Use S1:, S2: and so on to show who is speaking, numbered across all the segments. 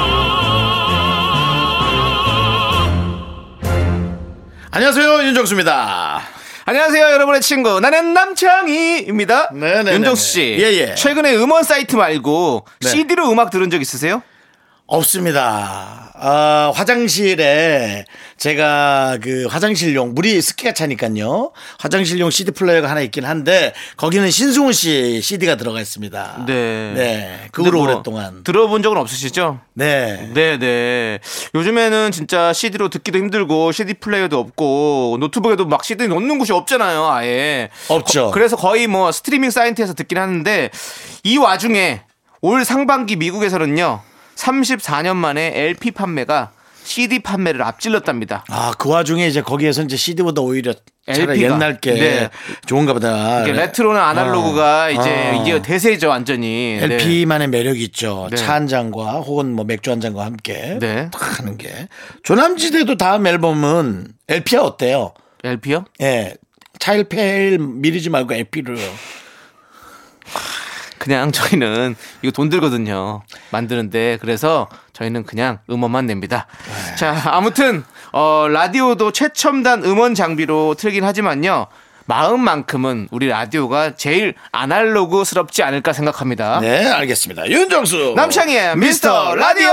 S1: 안녕하세요 윤정수입니다.
S2: 안녕하세요, 여러분의 친구. 나는 남창희입니다.
S1: 네네네네.
S2: 윤정수 씨.
S1: 예, 예.
S2: 최근에 음원 사이트 말고
S1: 네.
S2: CD로 음악 들은 적 있으세요?
S1: 없습니다. 아, 화장실에 제가 그 화장실용 물이 습기가 차니까요. 화장실용 CD 플레이어가 하나 있긴 한데 거기는 신승훈 씨 CD가 들어가 있습니다. 네.
S2: 근데
S1: 그후로
S2: 뭐
S1: 오랫동안.
S2: 들어본 적은 없으시죠?
S1: 네.
S2: 네, 네. 요즘에는 진짜 CD로 듣기도 힘들고 CD 플레이어도 없고 노트북에도 막 CD 넣는 곳이 없잖아요, 아예.
S1: 없죠.
S2: 거- 그래서 거의 뭐 스트리밍 사이트에서 듣긴 하는데 이 와중에 올 상반기 미국에서는요. 34년 만에 LP 판매가 CD 판매를 앞질렀답니다.
S1: 아, 그 와중에 이제 거기에서 이제 CD보다 오히려 차라리
S2: LP 가.
S1: 옛날 게
S2: 네.
S1: 좋은가 보다. 네.
S2: 이게 레트로나 아날로그가 이제
S1: 아, 어.
S2: 이게 대세죠, 완전히. 네.
S1: LP만의 매력이 있죠.
S2: 네.
S1: 차 한 잔과 혹은 뭐 맥주 한 잔과 함께
S2: 네.
S1: 탁 하는 게. 조남지대도 다음 앨범은 LP야 어때요?
S2: LP요?
S1: 예. 차일페일 미리지 말고 LP로요.
S2: 그냥 저희는 이거 돈 들거든요. 만드는데 그래서 저희는 그냥 음원만 냅니다.
S1: 네.
S2: 자, 아무튼 어, 라디오도 최첨단 음원 장비로 틀긴 하지만요. 마음만큼은 우리 라디오가 제일 아날로그스럽지 않을까 생각합니다.
S1: 네, 알겠습니다. 윤정수.
S2: 남창희의 미스터 라디오.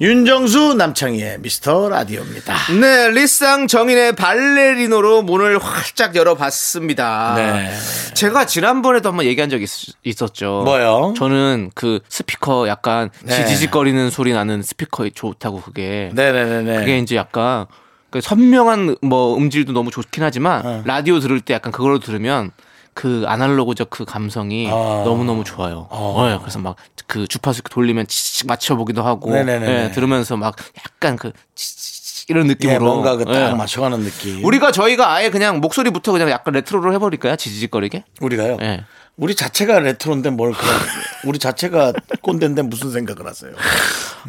S1: 윤정수 남창희의 미스터 라디오입니다.
S2: 네, 리쌍 정인의 발레리노로 문을 활짝 열어봤습니다.
S1: 네.
S2: 제가 지난번에도 한번 얘기한 적이 있, 었죠
S1: 뭐요?
S2: 저는 그 스피커 약간
S1: 네.
S2: 지지직거리는 소리 나는 스피커 좋다고 그게
S1: 네네네네.
S2: 그게 이제 약간 그 선명한 뭐 음질도 너무 좋긴 하지만
S1: 어.
S2: 라디오 들을 때 약간 그걸로 들으면 그 아날로그적 그 감성이
S1: 어.
S2: 너무 너무 좋아요.
S1: 어.
S2: 네, 그래서 막 그 주파수 이렇게 돌리면 치치치 맞춰보기도 하고
S1: 네네네네.
S2: 네, 들으면서 막 약간 그 치치치 이런 느낌으로
S1: 예, 뭔가 그 딱
S2: 네.
S1: 맞춰가는 느낌.
S2: 우리가 저희가 아예 그냥 목소리부터 그냥 약간 레트로로 해버릴까요? 지지직거리게?
S1: 우리가요.
S2: 네.
S1: 우리 자체가 레트로인데 뭘 그런 우리 자체가 꼰대인데 무슨 생각을 하세요?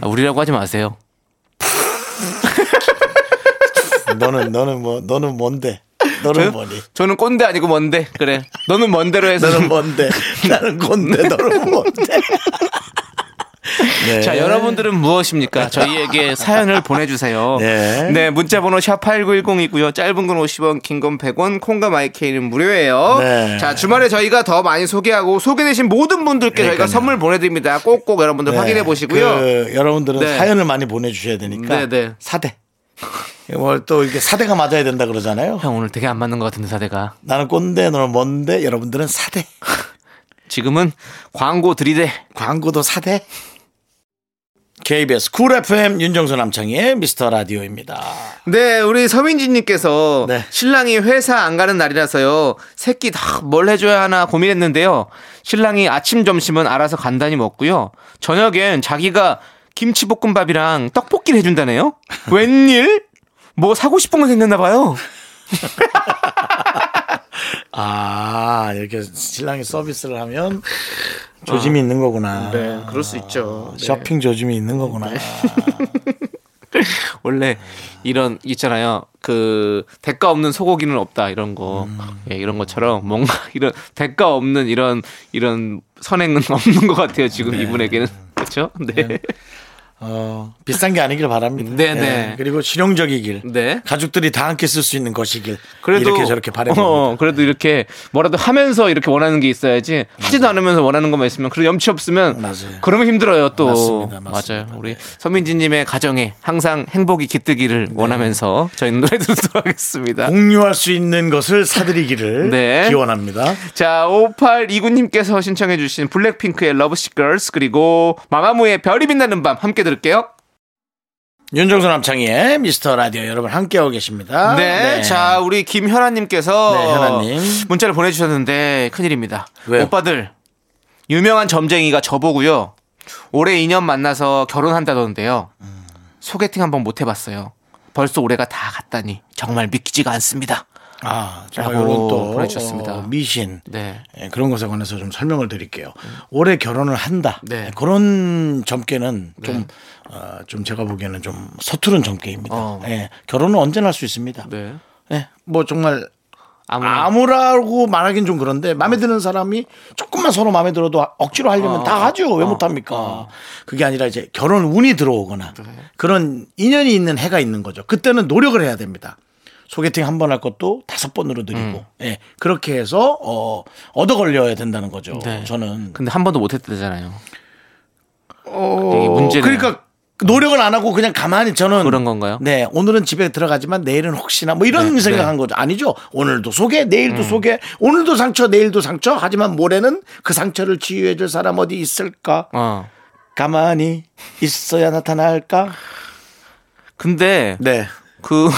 S2: 아, 우리라고 하지 마세요.
S1: 너는 너는 뭐 너는 뭔데? 너는 뭐니?
S2: 저는 꼰대 아니고 뭔데 그래. 너는 뭔데로 해서
S1: 너는 뭔데?
S2: 네.
S1: 나는 꼰대. 너는 뭔데? 네.
S2: 자, 여러분들은 무엇입니까? 저희에게 사연을 보내주세요.
S1: 네.
S2: 문자번호 샵8910이고요. 짧은 건 50원, 긴 건 100원, 콩과 마이케이는 무료예요.
S1: 네.
S2: 자, 주말에 저희가 더 많이 소개하고 소개되신 모든 분들께 저희가
S1: 그러니까요.
S2: 선물 보내드립니다. 꼭꼭 여러분들
S1: 네.
S2: 확인해 보시고요.
S1: 그 여러분들은
S2: 네.
S1: 사연을 많이 보내주셔야 되니까
S2: 네, 네.
S1: 사대. 뭘 또 이렇게 사대가 맞아야 된다 그러잖아요.
S2: 형 오늘 되게 안 맞는 것 같은데 사대가.
S1: 나는 꼰대, 너는 뭔데? 여러분들은 사대.
S2: 지금은 광고 들이대.
S1: 광고도 사대. KBS 쿨 FM 윤정수 남창희의 미스터 라디오입니다.
S2: 네, 우리 서민진님께서
S1: 네.
S2: 신랑이 회사 안 가는 날이라서요. 새끼 다 뭘 해줘야 하나 고민했는데요. 신랑이 아침 점심은 알아서 간단히 먹고요. 저녁엔 자기가 김치볶음밥이랑 떡볶이를 해준다네요. 웬일? 뭐 사고 싶은 건 생겼나 봐요.
S1: 아 이렇게 신랑이 서비스를 하면 조짐이 있는 거구나.
S2: 아. 네,
S1: 아,
S2: 그럴 수 있죠. 네.
S1: 쇼핑 조짐이 있는 거구나.
S2: 원래 이런 있잖아요. 그 대가 없는 소고기는 없다 이런 거 예, 이런 것처럼 뭔가 이런 대가 없는 이런 이런 선행은 없는 것 같아요 지금 이분에게는 그렇죠? 네.
S1: 어, 비싼 게 아니길 바랍니다.
S2: 네, 네.
S1: 예, 그리고 실용적이길.
S2: 네.
S1: 가족들이 다 함께 쓸 수 있는 것이길.
S2: 그래도
S1: 이렇게 저렇게 바래봅니다.
S2: 어, 그래도 이렇게 뭐라도 하면서 이렇게 원하는 게 있어야지 하지도 않으면서 원하는 것만 있으면 그리고 염치 없으면
S1: 맞아요.
S2: 그러면 힘들어요 또
S1: 맞습니다, 네. 맞습니다.
S2: 맞아요. 우리 서민진님의 가정에 항상 행복이
S1: 네.
S2: 깃들기를 원하면서 저희는 노래 듣도록 하겠습니다.
S1: 공유할 수 있는 것을 사드리기를
S2: 네.
S1: 기원합니다.
S2: 자, 5829님께서 신청해주신 블랙핑크의 러브식 걸스 그리고 마마무의 별이 빛나는 밤 함께 들을게요.
S1: 윤정수 남창희의 미스터 라디오 여러분 함께하고 계십니다.
S2: 네, 자, 우리 김현아님께서
S1: 아, 네, 현아님.
S2: 문자를 보내주셨는데 큰일입니다.
S1: 왜요?
S2: 오빠들, 유명한 점쟁이가 저보고요. 올해 2년 만나서 결혼한다던데요. 소개팅 한번 못 해봤어요. 벌써 올해가 다 갔다니 정말 믿기지가 않습니다.
S1: 아, 제가
S2: 라고
S1: 요런 또
S2: 보내주셨습니다.
S1: 어, 미신
S2: 네.
S1: 예, 그런 것에 관해서 좀 설명을 드릴게요. 올해 결혼을 한다. 예,
S2: 네.
S1: 그런 점괘는 좀, 어, 좀 제가 보기에는 좀 서투른 점괘입니다.
S2: 어.
S1: 예, 결혼은 언제나 할 수 있습니다.
S2: 네.
S1: 예, 뭐 정말
S2: 아무나 어.
S1: 아무라고 말하긴 좀 그런데 마음에 드는 사람이 조금만 서로 마음에 들어도 억지로 하려면 다 하죠.
S2: 어.
S1: 왜 못합니까? 그게 아니라 이제 결혼 운이 들어오거나 그런 인연이 있는 해가 있는 거죠. 그때는 노력을 해야 됩니다. 소개팅 한 번 할 것도 다섯 번으로 드리고
S2: 음.
S1: 예, 그렇게 해서 어, 얻어 걸려야 된다는 거죠.
S2: 네.
S1: 저는
S2: 근데 한 번도 못했다잖아요. 되게 문제네요. 어.
S1: 그러니까 노력을 안 하고 그냥 가만히 저는
S2: 그런 건가요?
S1: 네, 오늘은 집에 들어가지만 내일은 혹시나 뭐 이런
S2: 네, 음.
S1: 생각한 거죠. 아니죠. 오늘도 소개, 내일도 소개, 오늘도 상처, 내일도 상처. 하지만 모레는 그 상처를 치유해줄 사람 어디 있을까?
S2: 어.
S1: 가만히 있어야 나타날까?
S2: 근데 그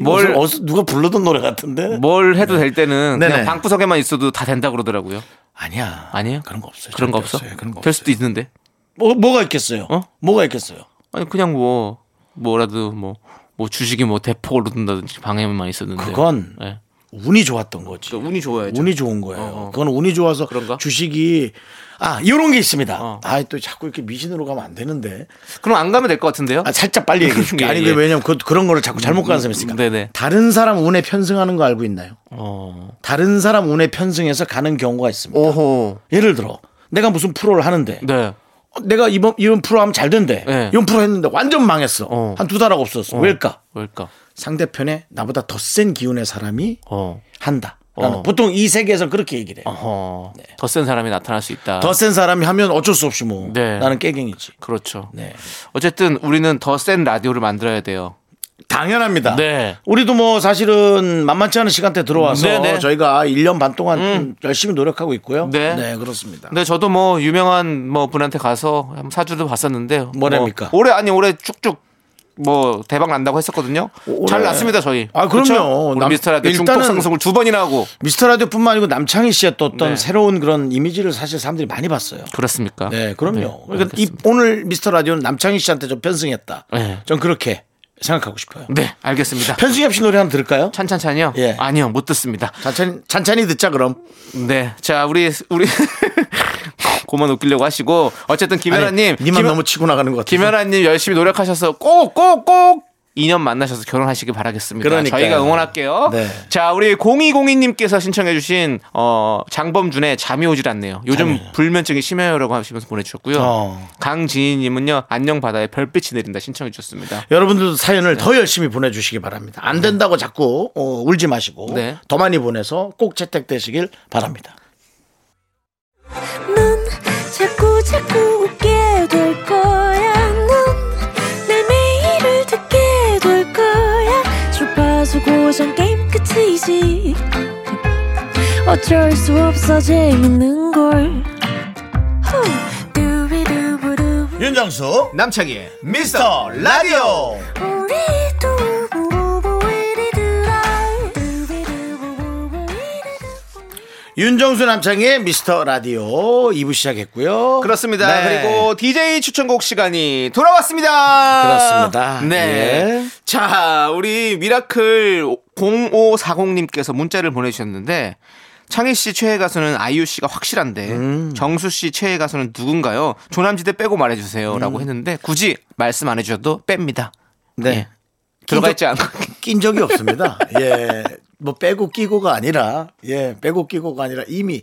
S1: 네.
S2: 뭘-
S1: 뭘 어서 누가 불러던 노래 같은데?
S2: 그 뭘 해도 될 때는
S1: 네네.
S2: 그냥 방구석에만 있어도 다 된다 그러더라고요.
S1: 아니야.
S2: 아니에요?
S1: 그런 거 없어요.
S2: 그런 거
S1: 절대
S2: 없어?
S1: 없어요. 예, 그런 거
S2: 될
S1: 없어요.
S2: 수도 있는데.
S1: 뭐 뭐가 있겠어요?
S2: 어?
S1: 뭐가 있겠어요?
S2: 아니 그냥 뭐 뭐라도 뭐, 뭐 주식이 뭐 대폭 오른다든지 방해만 있었는데.
S1: 그건
S2: 예.
S1: 운이 좋았던 거지.
S2: 그러니까 운이 좋아야죠. 어,
S1: 운이 좋은 거예요. 그건 운이 좋아서
S2: 그런가?
S1: 주식이 아 이런 게 있습니다.
S2: 어.
S1: 아또 자꾸 이렇게 미신으로 가면 안 되는데
S2: 그럼 안 가면 될 것 같은데요?
S1: 아, 살짝 빨리 얘기해 줄게.
S2: 예,
S1: 아니
S2: 예. 음,
S1: 그 왜냐면 그, 그런 거를 자꾸 잘못 가는 사람 있으니까.
S2: 네네.
S1: 다른 사람 운에 편승하는 거 알고 있나요?
S2: 어.
S1: 다른 사람 운에 편승해서 가는 경우가 있습니다.
S2: 오호.
S1: 예를 들어 내가 무슨 프로를 하는데
S2: 어. 네.
S1: 어, 내가 이번 이번 프로 하면 잘 된대.
S2: 네.
S1: 이번 프로 했는데 완전 망했어.
S2: 어.
S1: 한 두 달하고 없었어. 왜일까?
S2: 뭘까?
S1: 상대편에 나보다 더 센 기운의 사람이
S2: 어.
S1: 한다. 라는
S2: 어.
S1: 보통 이 세계에서 그렇게 얘기를 해요.
S2: 어허. 더 센 사람이 나타날 수 있다.
S1: 네. 아. 더 센 사람이 하면 어쩔 수 없이 뭐
S2: 네.
S1: 나는 깨갱이지.
S2: 그렇죠.
S1: 네.
S2: 어쨌든 우리는 더 센 라디오를 만들어야 돼요.
S1: 당연합니다.
S2: 네.
S1: 우리도 뭐 사실은 만만치 않은 시간대 들어와서
S2: 네, 네.
S1: 저희가 1년 반 동안 좀 열심히 노력하고 있고요.
S2: 네.
S1: 그렇습니다.
S2: 근데 저도 뭐 유명한 뭐 분한테 가서 한번 사주도 봤었는데
S1: 뭐랍니까?
S2: 뭐 올해 아니 올해 쭉쭉 뭐 대박 난다고 했었거든요.
S1: 올해-
S2: 잘 났습니다 저희.
S1: 아, 그럼요.
S2: 그렇죠? 우리
S1: 남-
S2: 미스터 라디오
S1: 일단은-
S2: 중폭 상승을 두 번이나 하고
S1: 미스터 라디오뿐만 아니고 남창희 씨의 또 어떤
S2: 네.
S1: 새로운 그런 이미지를 사실 사람들이 많이 봤어요.
S2: 그렇습니까?
S1: 네, 그럼요.
S2: 네,
S1: 그러니까 이
S2: 알겠습니다.
S1: 오늘 미스터 라디오는 남창희 씨한테 좀 편승했다.
S2: 네.
S1: 전 그렇게 생각하고 싶어요.
S2: 네, 알겠습니다.
S1: 편승엽 씨 노래 하나 들을까요?
S2: 찬찬찬이요?
S1: 예.
S2: 아니요, 못 듣습니다.
S1: 찬찬히, 찬찬히 듣자 그럼.
S2: 네, 자 우리 우리 고만 웃기려고 하시고 어쨌든 김연아님,
S1: 아니, 니만 너무 치고 나가는 것 같아요.
S2: 김연아님 열심히 노력하셔서 꼭 꼭 꼭 2년 만나셔서 결혼하시길 바라겠습니다.
S1: 그러니까요.
S2: 저희가 응원할게요.
S1: 네.
S2: 자, 우리 0202님께서 신청해주신 어, 장범준의 잠이 오질 않네요. 요즘 불면증이 심해요라고 하시면서 보내주셨고요.
S1: 어.
S2: 강진희님은요 안녕 바다에 별빛이 내린다 신청해 주셨습니다.
S1: 여러분들도 사연을
S2: 네.
S1: 더 열심히 보내주시기 바랍니다. 안 된다고 자꾸 어, 울지 마시고
S2: 네.
S1: 더 많이 보내서 꼭 채택되시길 바랍니다.
S3: 넌 자꾸 자꾸 웃게 될 거야. 넌내 매일을 듣게 될 거야. 주파수 고정 게임 끝이지. 어쩔 수 없어 재밌는 걸. 후. 두비두부두.
S1: 윤정수 남창희의 미스터 라디오
S3: 우리 두부부부 우리 두라. 두비두부부부 우리 두부.
S1: 윤정수 남창희의 미스터 라디오 2부 시작했고요.
S2: 어? 그렇습니다.
S1: 네.
S2: 그리고 DJ 추천곡 시간이 돌아왔습니다.
S1: 그렇습니다.
S2: 네.
S1: 예.
S2: 자, 우리 미라클 0540님께서 문자를 보내주셨는데, 창희 씨 최애 가수는 아이유 씨가 확실한데, 정수 씨 최애 가수는 누군가요? 조남지대 빼고 말해주세요. 라고 했는데, 굳이 말씀 안 해주셔도 뺍니다.
S1: 네.
S2: 예. 들어가 있지 않고.
S1: 낀 적이 없습니다. 예. 뭐 빼고 끼고가 아니라 예, 빼고 끼고가 아니라 이미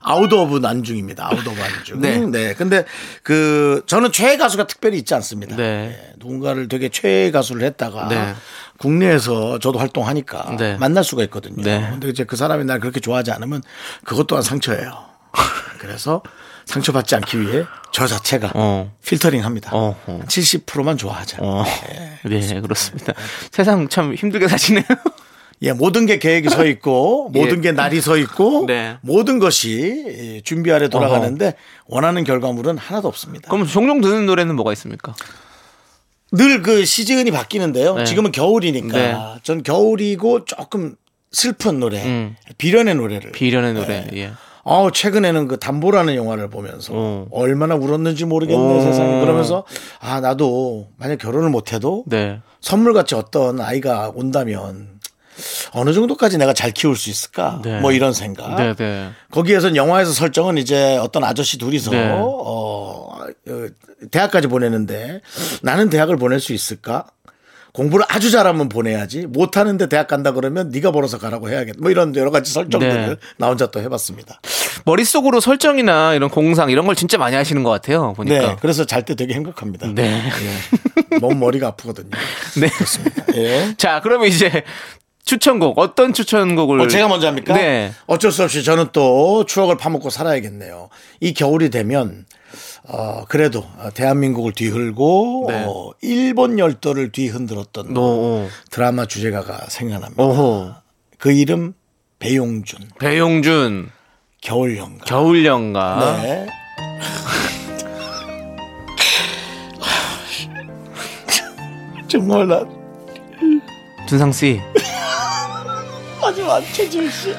S1: 아웃 오브 난중입니다. 아웃 오브 난중.
S2: 네.
S1: 네. 근데 그 저는 최애 가수가 특별히 있지 않습니다.
S2: 네.
S1: 예, 누군가를 되게 최애 가수를 했다가
S2: 네.
S1: 국내에서 저도 활동하니까
S2: 네.
S1: 만날 수가 있거든요.
S2: 네.
S1: 근데 이제 그 사람이 날 그렇게 좋아하지 않으면 그것 또한 상처예요. 그래서 상처받지 않기 위해 저 자체가
S2: 어.
S1: 필터링 합니다.
S2: 어, 어.
S1: 70%만 좋아하자.
S2: 어. 네, 그렇습니다. 세상 참 힘들게 사시네요.
S1: 예, 모든 게 계획이 서 있고 모든
S2: 예.
S1: 게 날이 서 있고
S2: 네.
S1: 모든 것이 예, 준비 아래 돌아가는데 원하는 결과물은 하나도 없습니다.
S2: 그럼 종종 듣는 노래는 뭐가 있습니까?
S1: 늘 그 시즌이 바뀌는데요.
S2: 네.
S1: 지금은 겨울이니까
S2: 네.
S1: 전 겨울이고 조금 슬픈 노래,
S2: 음.
S1: 비련의 노래를.
S2: 비련의 노래. 예.
S1: 아 최근에는 그 담보라는 영화를 보면서
S2: 어.
S1: 얼마나 울었는지 모르겠네
S2: 어.
S1: 세상에 그러면서 아 나도 만약 결혼을 못해도
S2: 네.
S1: 선물같이 어떤 아이가 온다면 어느 정도까지 내가 잘 키울 수 있을까?
S2: 네.
S1: 뭐 이런 생각.
S2: 네, 네.
S1: 거기에선 영화에서 설정은 이제 어떤 아저씨 둘이서
S2: 네.
S1: 어, 어, 대학까지 보내는데 나는 대학을 보낼 수 있을까? 공부를 아주 잘하면 보내야지 못하는데 대학 간다 그러면 네가 벌어서 가라고 해야겠다 뭐 이런 여러 가지 설정들을
S2: 네.
S1: 나 혼자 또 해봤습니다
S2: 머릿속으로 설정이나 이런 공상 이런 걸 진짜 많이 하시는 것 같아요.
S1: 네
S2: 보니까.
S1: 그래서 잘 때 되게 행복합니다
S2: 그러니까. 네.
S1: 예. 너무 머리가 아프거든요
S2: 네.
S1: 예.
S2: 자, 그러면 이제 추천곡 어떤 추천곡을
S1: 어, 제가 먼저 합니까?
S2: 네.
S1: 어쩔 수 없이 저는 또 추억을 파먹고 살아야겠네요. 이 겨울이 되면 어, 그래도 대한민국을 뒤흔고
S2: 네.
S1: 어, 일본 열도를 뒤흔들었던
S2: 어, 노.
S1: 드라마 주제가가 생각납니다.
S2: 오호.
S1: 그 이름 배용준
S2: 배용준
S1: 겨울 연가.
S2: 겨울 아. 연가.
S1: 네. 정말 나
S2: 준상 씨.
S1: 하지 마 최준 씨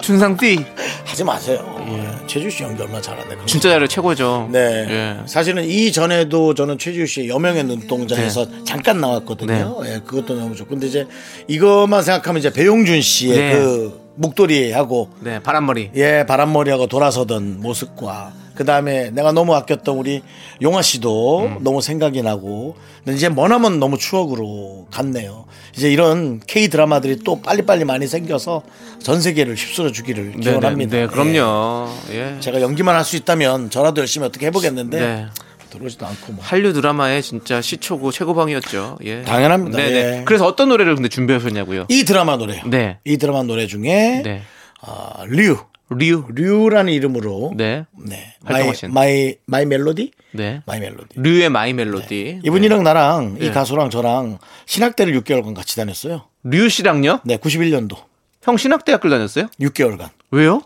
S2: 준상 띠. 하지
S1: 하지 마세요. 최준 씨 연기 얼마나 잘하는데. 그거.
S2: 진짜 잘해 최고죠.
S1: 네.
S2: 예.
S1: 사실은 이전에도 저는 최지우 씨의 여명의 눈동자에서
S2: 네.
S1: 잠깐 나왔거든요. 예, 그것도 너무 좋고. 근데 이제 이것만 생각하면 이제 배용준 씨의
S2: 네.
S1: 그 목도리하고
S2: 네, 바람머리.
S1: 예, 바람머리하고 돌아서던 모습과 그 다음에 내가 너무 아꼈던 우리 용화 씨도
S2: 음.
S1: 너무 생각이 나고 근데 이제 머나먼 너무 추억으로 갔네요. 이제 이런 K 드라마들이 또 빨리빨리 많이 생겨서 전 세계를 휩쓸어 예, 주기를 기원합니다.
S2: 네, 네, 그럼요. 예.
S1: 예. 제가 연기만 할 수 있다면 저라도 열심히 어떻게 해보겠는데
S2: 네.
S1: 들어오지도 않고 뭐.
S2: 한류 드라마의 진짜 시초고 최고방이었죠. 예.
S1: 당연합니다.
S2: 네, 네.
S1: 예.
S2: 그래서 어떤 노래를 근데 준비하셨냐고요?
S1: 이 드라마 노래요.
S2: 네.
S1: 이 드라마 노래 중에
S2: 네.
S1: 아, 류
S2: 류.
S1: 류라는 이름으로
S2: 네.
S1: 네. 마이
S2: 활동하신.
S1: 마이 마이 멜로디
S2: 네.
S1: 마이 멜로디
S2: 류의 마이 멜로디.
S1: 이분이랑 나랑
S2: 네.
S1: 이 가수랑 저랑 신학대를 6개월간 같이 다녔어요.
S2: 류 씨랑요?
S1: 네, 91년도
S2: 형 신학대학교 다녔어요?
S1: 6개월간
S2: 왜요?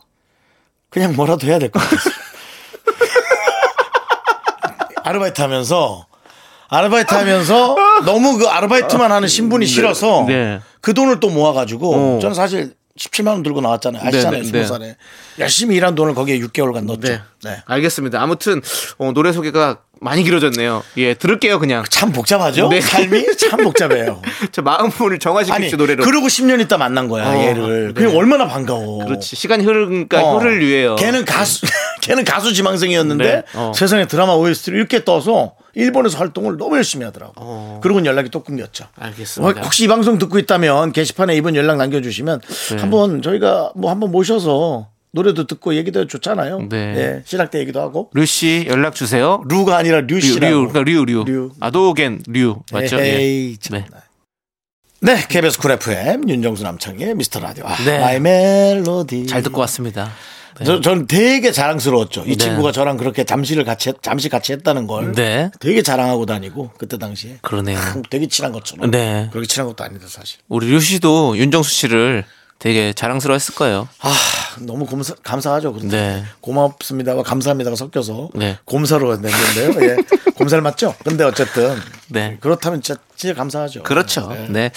S1: 그냥 뭐라도 해야 될 것 같아요. 아르바이트 하면서 아르바이트 하면서 너무 그 아르바이트만 하는 신분이 싫어서
S2: 네.
S1: 그 돈을 또 모아가지고
S2: 어.
S1: 저는 사실 17만 원 들고 나왔잖아요. 아시잖아요.
S2: 네, 네,
S1: 20살에. 열심히 일한 돈을 거기에 6개월간 넣었죠. 네.
S2: 알겠습니다. 아무튼 어, 노래 소개가 많이 길어졌네요. 예, 들을게요 그냥.
S1: 참 복잡하죠?
S2: 네.
S1: 삶이 참 복잡해요.
S2: 저 마음을
S1: 아니,
S2: 정화시키죠 노래로.
S1: 그러고 10년 있다 만난 거야,
S2: 어,
S1: 얘를. 그냥 얼마나 반가워.
S2: 그렇지. 시간이 흐르니까
S1: 어.
S2: 혀를 위해요.
S1: 걔는 가수, 걔는 가수 지망생이었는데
S2: 네. 어.
S1: 세상에 드라마 OST를 이렇게 떠서 일본에서 활동을 너무 열심히 하더라고.
S2: 어.
S1: 그러고는 연락이 또 끊겼죠.
S2: 알겠습니다.
S1: 어, 혹- 혹시 이 방송 듣고 있다면 게시판에 이분 연락 남겨주시면
S2: 네.
S1: 한번 저희가 뭐 한번 모셔서 노래도 듣고 얘기도 좋잖아요.
S2: 네.
S1: 예, 신학 때 얘기도 하고
S2: 루씨 연락 주세요.
S1: 루가 아니라
S2: 류, 류,
S1: 류씨라고.
S2: 그러니까 류, 류,
S1: 류.
S2: 아도겐 류 맞죠?
S1: 에이,
S2: 예.
S1: 참나.
S2: 네.
S1: 네, KBS 쿨 FM 윤정수 남창의 미스터 라디오. 아,
S2: 네.
S1: 마이 멜로디.
S2: 잘 듣고 왔습니다. 네.
S1: 저, 전 되게 자랑스러웠죠. 이
S2: 네.
S1: 친구가 저랑 그렇게 잠시를 같이, 했- 잠시 같이 했다는 걸
S2: 네.
S1: 되게 자랑하고 다니고 그때 당시에
S2: 그러네요.
S1: 되게 친한 것처럼.
S2: 네.
S1: 그렇게 친한 것도 아니다 사실.
S2: 우리 류 씨도 윤정수 씨를 되게 자랑스러워했을 거예요.
S1: 아 너무 감사, 감사하죠. 그런데
S2: 네.
S1: 고맙습니다와 감사합니다가 섞여서
S2: 네.
S1: 곰사로 냈는데요. 예. 곰살 맞죠? 근데 어쨌든
S2: 네.
S1: 그렇다면 진짜, 진짜 감사하죠. 예.
S2: 그렇죠. 네.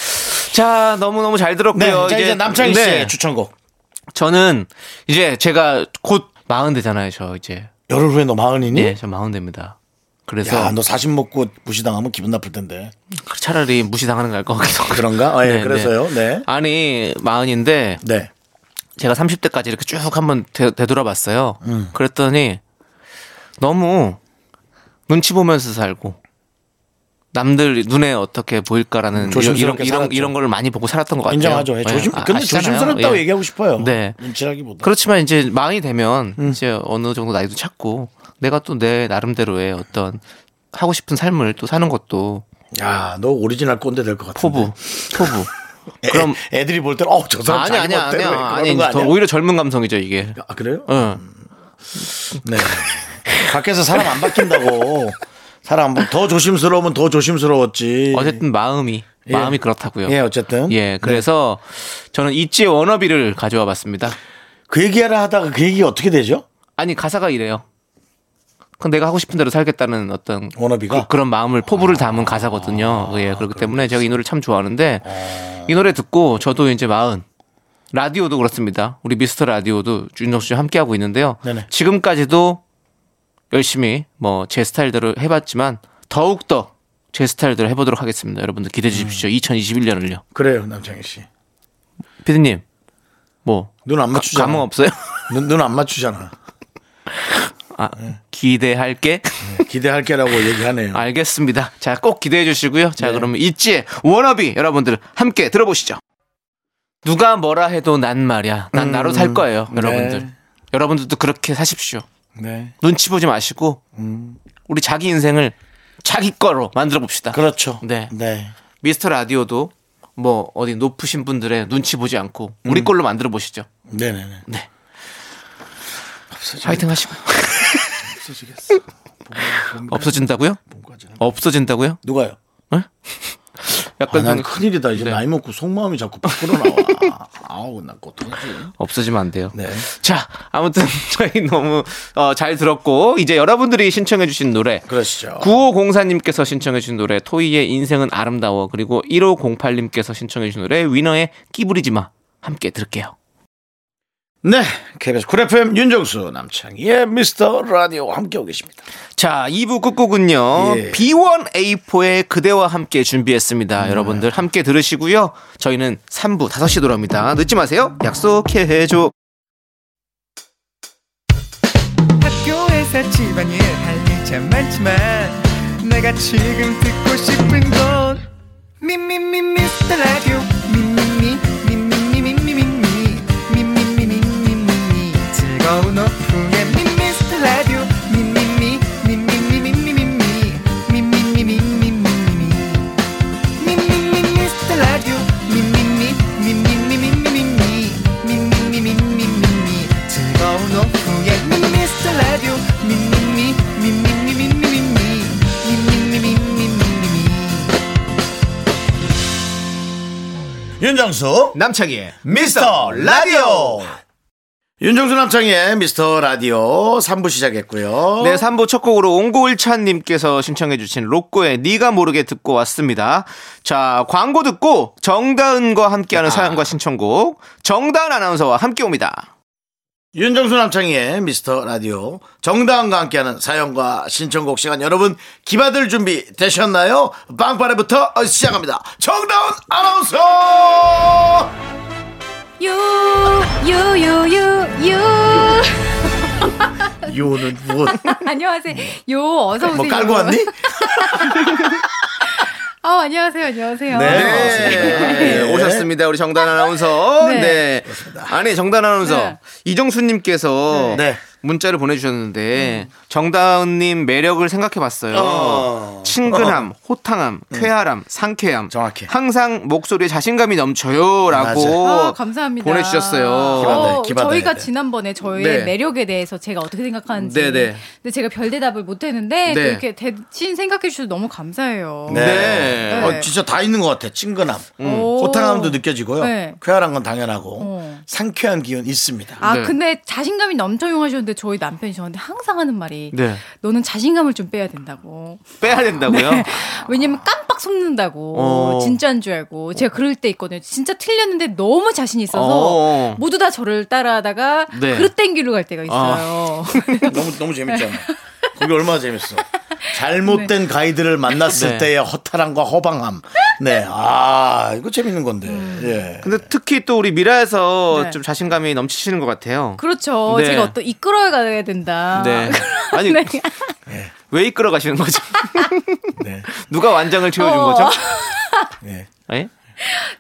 S2: 자, 너무너무 잘
S1: 네,
S2: 들었고요.
S1: 자, 이제 남창희
S2: 네.
S1: 씨의 추천곡.
S2: 저는 이제 제가 곧 마흔 되잖아요. 저 이제.
S1: 열흘 후에 너 마흔이니?
S2: 예, 저 마흔 됩니다. 그래서
S1: 야, 너 사십 먹고 무시당하면 기분 나쁠 텐데.
S2: 차라리 무시당하는 거 알 것 같기도 하고.
S1: 그런가? 아, 예, 그래서요. 네.
S2: 아니, 마흔인데
S1: 네.
S2: 제가 30대까지 이렇게 쭉 한번 되, 되돌아봤어요.
S1: 음.
S2: 그랬더니 너무 눈치 보면서 살고 남들 눈에 어떻게 보일까라는 이런 이런
S1: 조심스럽게
S2: 이런,
S1: 살았죠.
S2: 이런 걸 많이 보고 살았던 것 같아요.
S1: 인정하죠. 예,
S2: 예,
S1: 조심,
S2: 아,
S1: 근데
S2: 아시잖아요.
S1: 조심스럽다고
S2: 예.
S1: 얘기하고 싶어요.
S2: 네.
S1: 눈치라기보다.
S2: 그렇지만 이제 마흔이 되면
S1: 음.
S2: 이제 어느 정도 나이도 찾고 내가 또 내 나름대로의 어떤 하고 싶은 삶을 또 사는 것도
S1: 야, 너 오리지널 꼰대 될 것 같아.
S2: 포부 포부
S1: 그럼
S2: 그럼-
S1: 애들이 볼 때는 어저 음. 사람
S2: 아니
S1: 자기
S2: 아니야
S1: 멋대로
S2: 아니야
S1: 왜
S2: 아니
S1: 그러는 거
S2: 더 어.
S1: 아니야?
S2: 오히려 젊은 감성이죠 이게
S1: 아 그래요?
S2: 응.
S1: 네. 밖에서 사람 안 바뀐다고. 사람 안 바- 더 조심스러우면 더 조심스러웠지.
S2: 어쨌든 마음이
S1: 예.
S2: 마음이 그렇다고요.
S1: 예, 어쨌든.
S2: 예, 그래서 저는 있지의 워너비를 가져와 봤습니다.
S1: 그 얘기하라 하다가 그 얘기 어떻게 되죠?
S2: 아니 가사가 이래요. 그건 내가 하고 싶은 대로 살겠다는 어떤
S1: 워너비가? 아.
S2: 그, 런 마음을 포부를 담은 가사거든요. 예, 그렇기 때문에 제가 이 노래 를참 좋아하는데 이 노래 듣고 저도 이제 마흔 라디오도 그렇습니다. 우리 미스터 라디오도 윤정수 씨와 함께 하고 있는데요.
S1: 네네.
S2: 지금까지도 열심히 뭐 제 스타일대로 해봤지만 더욱 더 제 스타일대로 해보도록 하겠습니다. 여러분들
S1: 음.
S2: 기대해 주십시오. 2021년을요.
S1: 그래요, 남창희 씨.
S2: 피디님, 뭐
S1: 눈 안 맞추잖아.
S2: 감흥 없어요?
S1: 눈 안 맞추잖아.
S2: 아, 기대할게.
S1: 기대할게라고 얘기하네요.
S2: 아, 알겠습니다. 자, 꼭 기대해 주시고요. 자,
S1: 네.
S2: 그러면 있지의 워너비 여러분들 함께 들어보시죠. 누가 뭐라 해도 난 말이야.
S1: 음.
S2: 난 나로 살 거예요, 여러분들. 여러분들도 그렇게 사십시오.
S1: 네.
S2: 눈치 보지 마시고
S1: 음.
S2: 우리 자기 인생을 자기 거로 만들어 봅시다.
S1: 그렇죠.
S2: 네.
S1: 네.
S2: 미스터 라디오도 뭐 어디 높으신 분들의 눈치 보지 않고 우리
S1: 음.
S2: 걸로 만들어 보시죠.
S1: 네네네.
S2: 네.
S1: 음.
S2: 파이팅 하시고. 없어진다고요? 없어진다고요?
S1: 누가요? 아,
S2: 약간
S1: 난
S2: 좀
S1: 큰일이다. 이제 나이 먹고 속마음이 자꾸 밖으로 나와. 아우, 나 고통이지.
S2: 없어지면 안 돼요.
S1: 네.
S2: 자, 아무튼 저희 너무 어, 잘 들었고 이제 여러분들이 신청해 주신 노래
S1: 그러시죠.
S2: 9504님께서 신청해 주신 노래 토이의 인생은 아름다워 그리고 1508님께서 신청해 주신 노래 위너의 끼부리지마 함께 들을게요.
S1: 네. KBS 쿨 FM 윤정수 남창희의 미스터 라디오 함께하고 계십니다.
S2: 자, 2부 끝곡은요.
S1: 예.
S2: B1A4의 그대와 함께 준비했습니다. 여러분들 함께 들으시고요. 저희는 3부 5시 돌아옵니다. 늦지 마세요. 약속해 줘.
S4: 학교에서 집안일 할 일 참 많지만 내가 지금 듣고 싶은 건 미미미 미스터 라디오 미미미 미미미 미미미 미미미 미미미 즐거운 오후에 미스터 라디오 미미미 미미미 미미미 미미미 미미미
S1: 윤정수
S2: 남창희의
S1: 미스터 라디오. 윤정수 남창희의 미스터 라디오 3부 시작했고요.
S2: 네, 3부 첫 곡으로 옹고일찬님께서 신청해주신 로꼬의 네가 모르게 듣고 왔습니다. 자, 광고 듣고 정다은과 함께하는 사연과 신청곡 정다은 아나운서와 함께 옵니다.
S1: 윤정수 남창희의 미스터 라디오 정다은과 함께하는 사연과 신청곡 시간 여러분 기받을 준비 되셨나요? 빵빠레부터 시작합니다. 정다은 아나운서
S5: 유유유유
S1: 요는 뭐,
S5: 안녕하세요. 요 어서 오세요.
S1: 뭐 깔고 왔니?
S5: 아 안녕하세요. 안녕하세요.
S2: 네, 오셨습니다. 우리 정다은 아나운서.
S5: 네.
S2: 네. 아니, 정다은 아나운서.
S5: 네.
S2: 이정수님께서
S1: 네.
S2: 문자를 보내주셨는데 정다은님 매력을 생각해봤어요.
S1: 어. 음.
S2: 친근함, 호탕함, 쾌활함, 상쾌함.
S1: 정확해.
S2: 항상 목소리에 자신감이 넘쳐요라고
S5: 아, 감사합니다.
S2: 보내주셨어요.
S1: 네. 기반을,
S5: 어,
S1: 기반을 해야
S5: 저희가
S1: 돼.
S5: 지난번에 저의
S2: 네.
S5: 매력에 대해서 제가 어떻게 생각하는지.
S2: 네네.
S5: 근데 제가 별 대답을
S2: 네.
S5: 못했는데 그렇게 대신 생각해 주셔서 너무 감사해요.
S1: 네.
S2: 네.
S1: 어, 진짜 다 있는 것 같아. 친근함,
S5: 오.
S1: 호탕함도 느껴지고요.
S5: 네.
S1: 쾌활한 건 당연하고
S5: 어.
S1: 상쾌한 기운 있습니다.
S5: 아
S2: 네.
S5: 근데 자신감이 넘쳐요 하셨는데 저희 남편이 저한테 항상 하는 말이
S2: 네.
S5: 너는 자신감을 좀 빼야 된다고.
S2: 빼야 된다고요?
S5: 네. 왜냐면 깜빡 속는다고
S2: 어.
S5: 진짜인 줄 알고 제가 그럴 때 있거든요. 진짜 틀렸는데 너무 자신 있어서 뭐
S2: 어.
S5: 모두 다 저를 따라하다가
S2: 네. 아.
S5: 그릇 땡기로 갈 때가 있어요.
S1: 너무 너무 재밌잖아. 그게 얼마나 재밌어. 잘못된
S5: 네.
S1: 가이드를 만났을
S2: 네.
S1: 때의 허탈함과 허방함. 네. 아, 이거 재밌는 건데. 예.
S5: 음.
S2: 근데 특히 또 우리 미라에서
S5: 네.
S2: 좀 자신감이 넘치시는 것 같아요.
S5: 그렇죠.
S2: 네.
S5: 제가 어떤 이끌어 가야 된다.
S2: 네. 아니
S5: 네.
S2: 왜 이끌어 가시는 거죠?
S1: 예. 네.
S2: 누가 완장을 채워준
S5: 어.
S2: 거죠?
S1: 네.
S2: 예?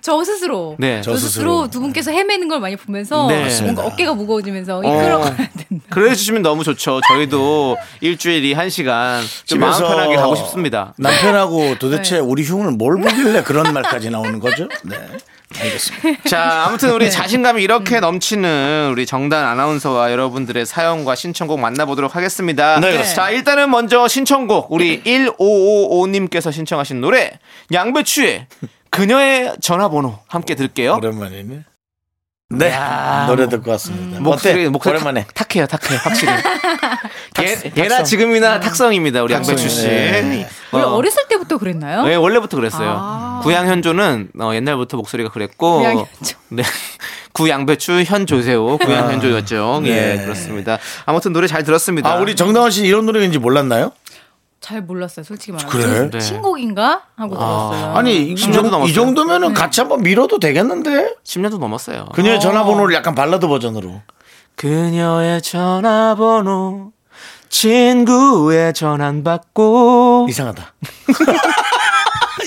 S5: 저 스스로
S2: 네.
S5: 저
S1: 저
S5: 스스로
S1: 스스로.
S5: 두 분께서 헤매는 걸 많이 보면서
S2: 네.
S5: 뭔가
S1: 맞습니다.
S5: 어깨가 무거워지면서 이끌어 가야 된다.
S2: 그래 주시면 너무 좋죠. 저희도 일주일이 한 시간 좀 마음
S1: 집에서
S2: 편하게 가고 싶습니다.
S1: 남편하고
S5: 네.
S1: 도대체 우리 흉을 뭘 보길래 그런 말까지 나오는 거죠? 네. 알겠습니다.
S2: 자, 아무튼
S5: 네.
S2: 우리 자신감이
S5: 음.
S2: 이렇게 넘치는 우리 정단 아나운서와 여러분들의 사연과 신청곡 만나보도록 하겠습니다.
S1: 네, 그렇습니다. 네.
S2: 자, 일단은 먼저 신청곡 우리 1555님께서 신청하신 노래 양배추의 그녀의 전화번호 함께 들을게요.
S1: 오랜만이네. 어? 네. 노래 듣고 왔습니다.
S2: 목소리
S1: 어때?
S2: 목소리
S1: 오랜만에.
S2: 탁, 탁해요, 탁해 확실히. 예, 예나 지금이나 탁성입니다 우리 양배추 씨.
S1: 음. 네.
S5: 우리 어렸을 때부터 그랬나요?
S2: 네, 원래부터 그랬어요.
S5: 아.
S2: 구양현조는 어, 옛날부터 목소리가 그랬고
S5: 구양현조.
S2: 네. 구양배추 현조세호 구양현조였죠. 예,
S1: 네.
S2: 그렇습니다. 아무튼 노래 잘 들었습니다.
S1: 아, 우리 정다원 씨 이런 노래인지 몰랐나요?
S5: 잘 몰랐어요, 솔직히 말하면.
S1: 그래?
S2: 네.
S5: 신곡인가 하고 들었어요.
S1: 아니 이,
S2: 십년도
S1: 정도,
S2: 넘었어요.
S1: 이 정도면은 같이 한번 밀어도 되겠는데?
S2: 10년도 넘었어요.
S1: 그녀의 전화번호를 약간 발라드 버전으로.
S2: 그녀의 전화번호 친구의 전화 받고
S1: 이상하다.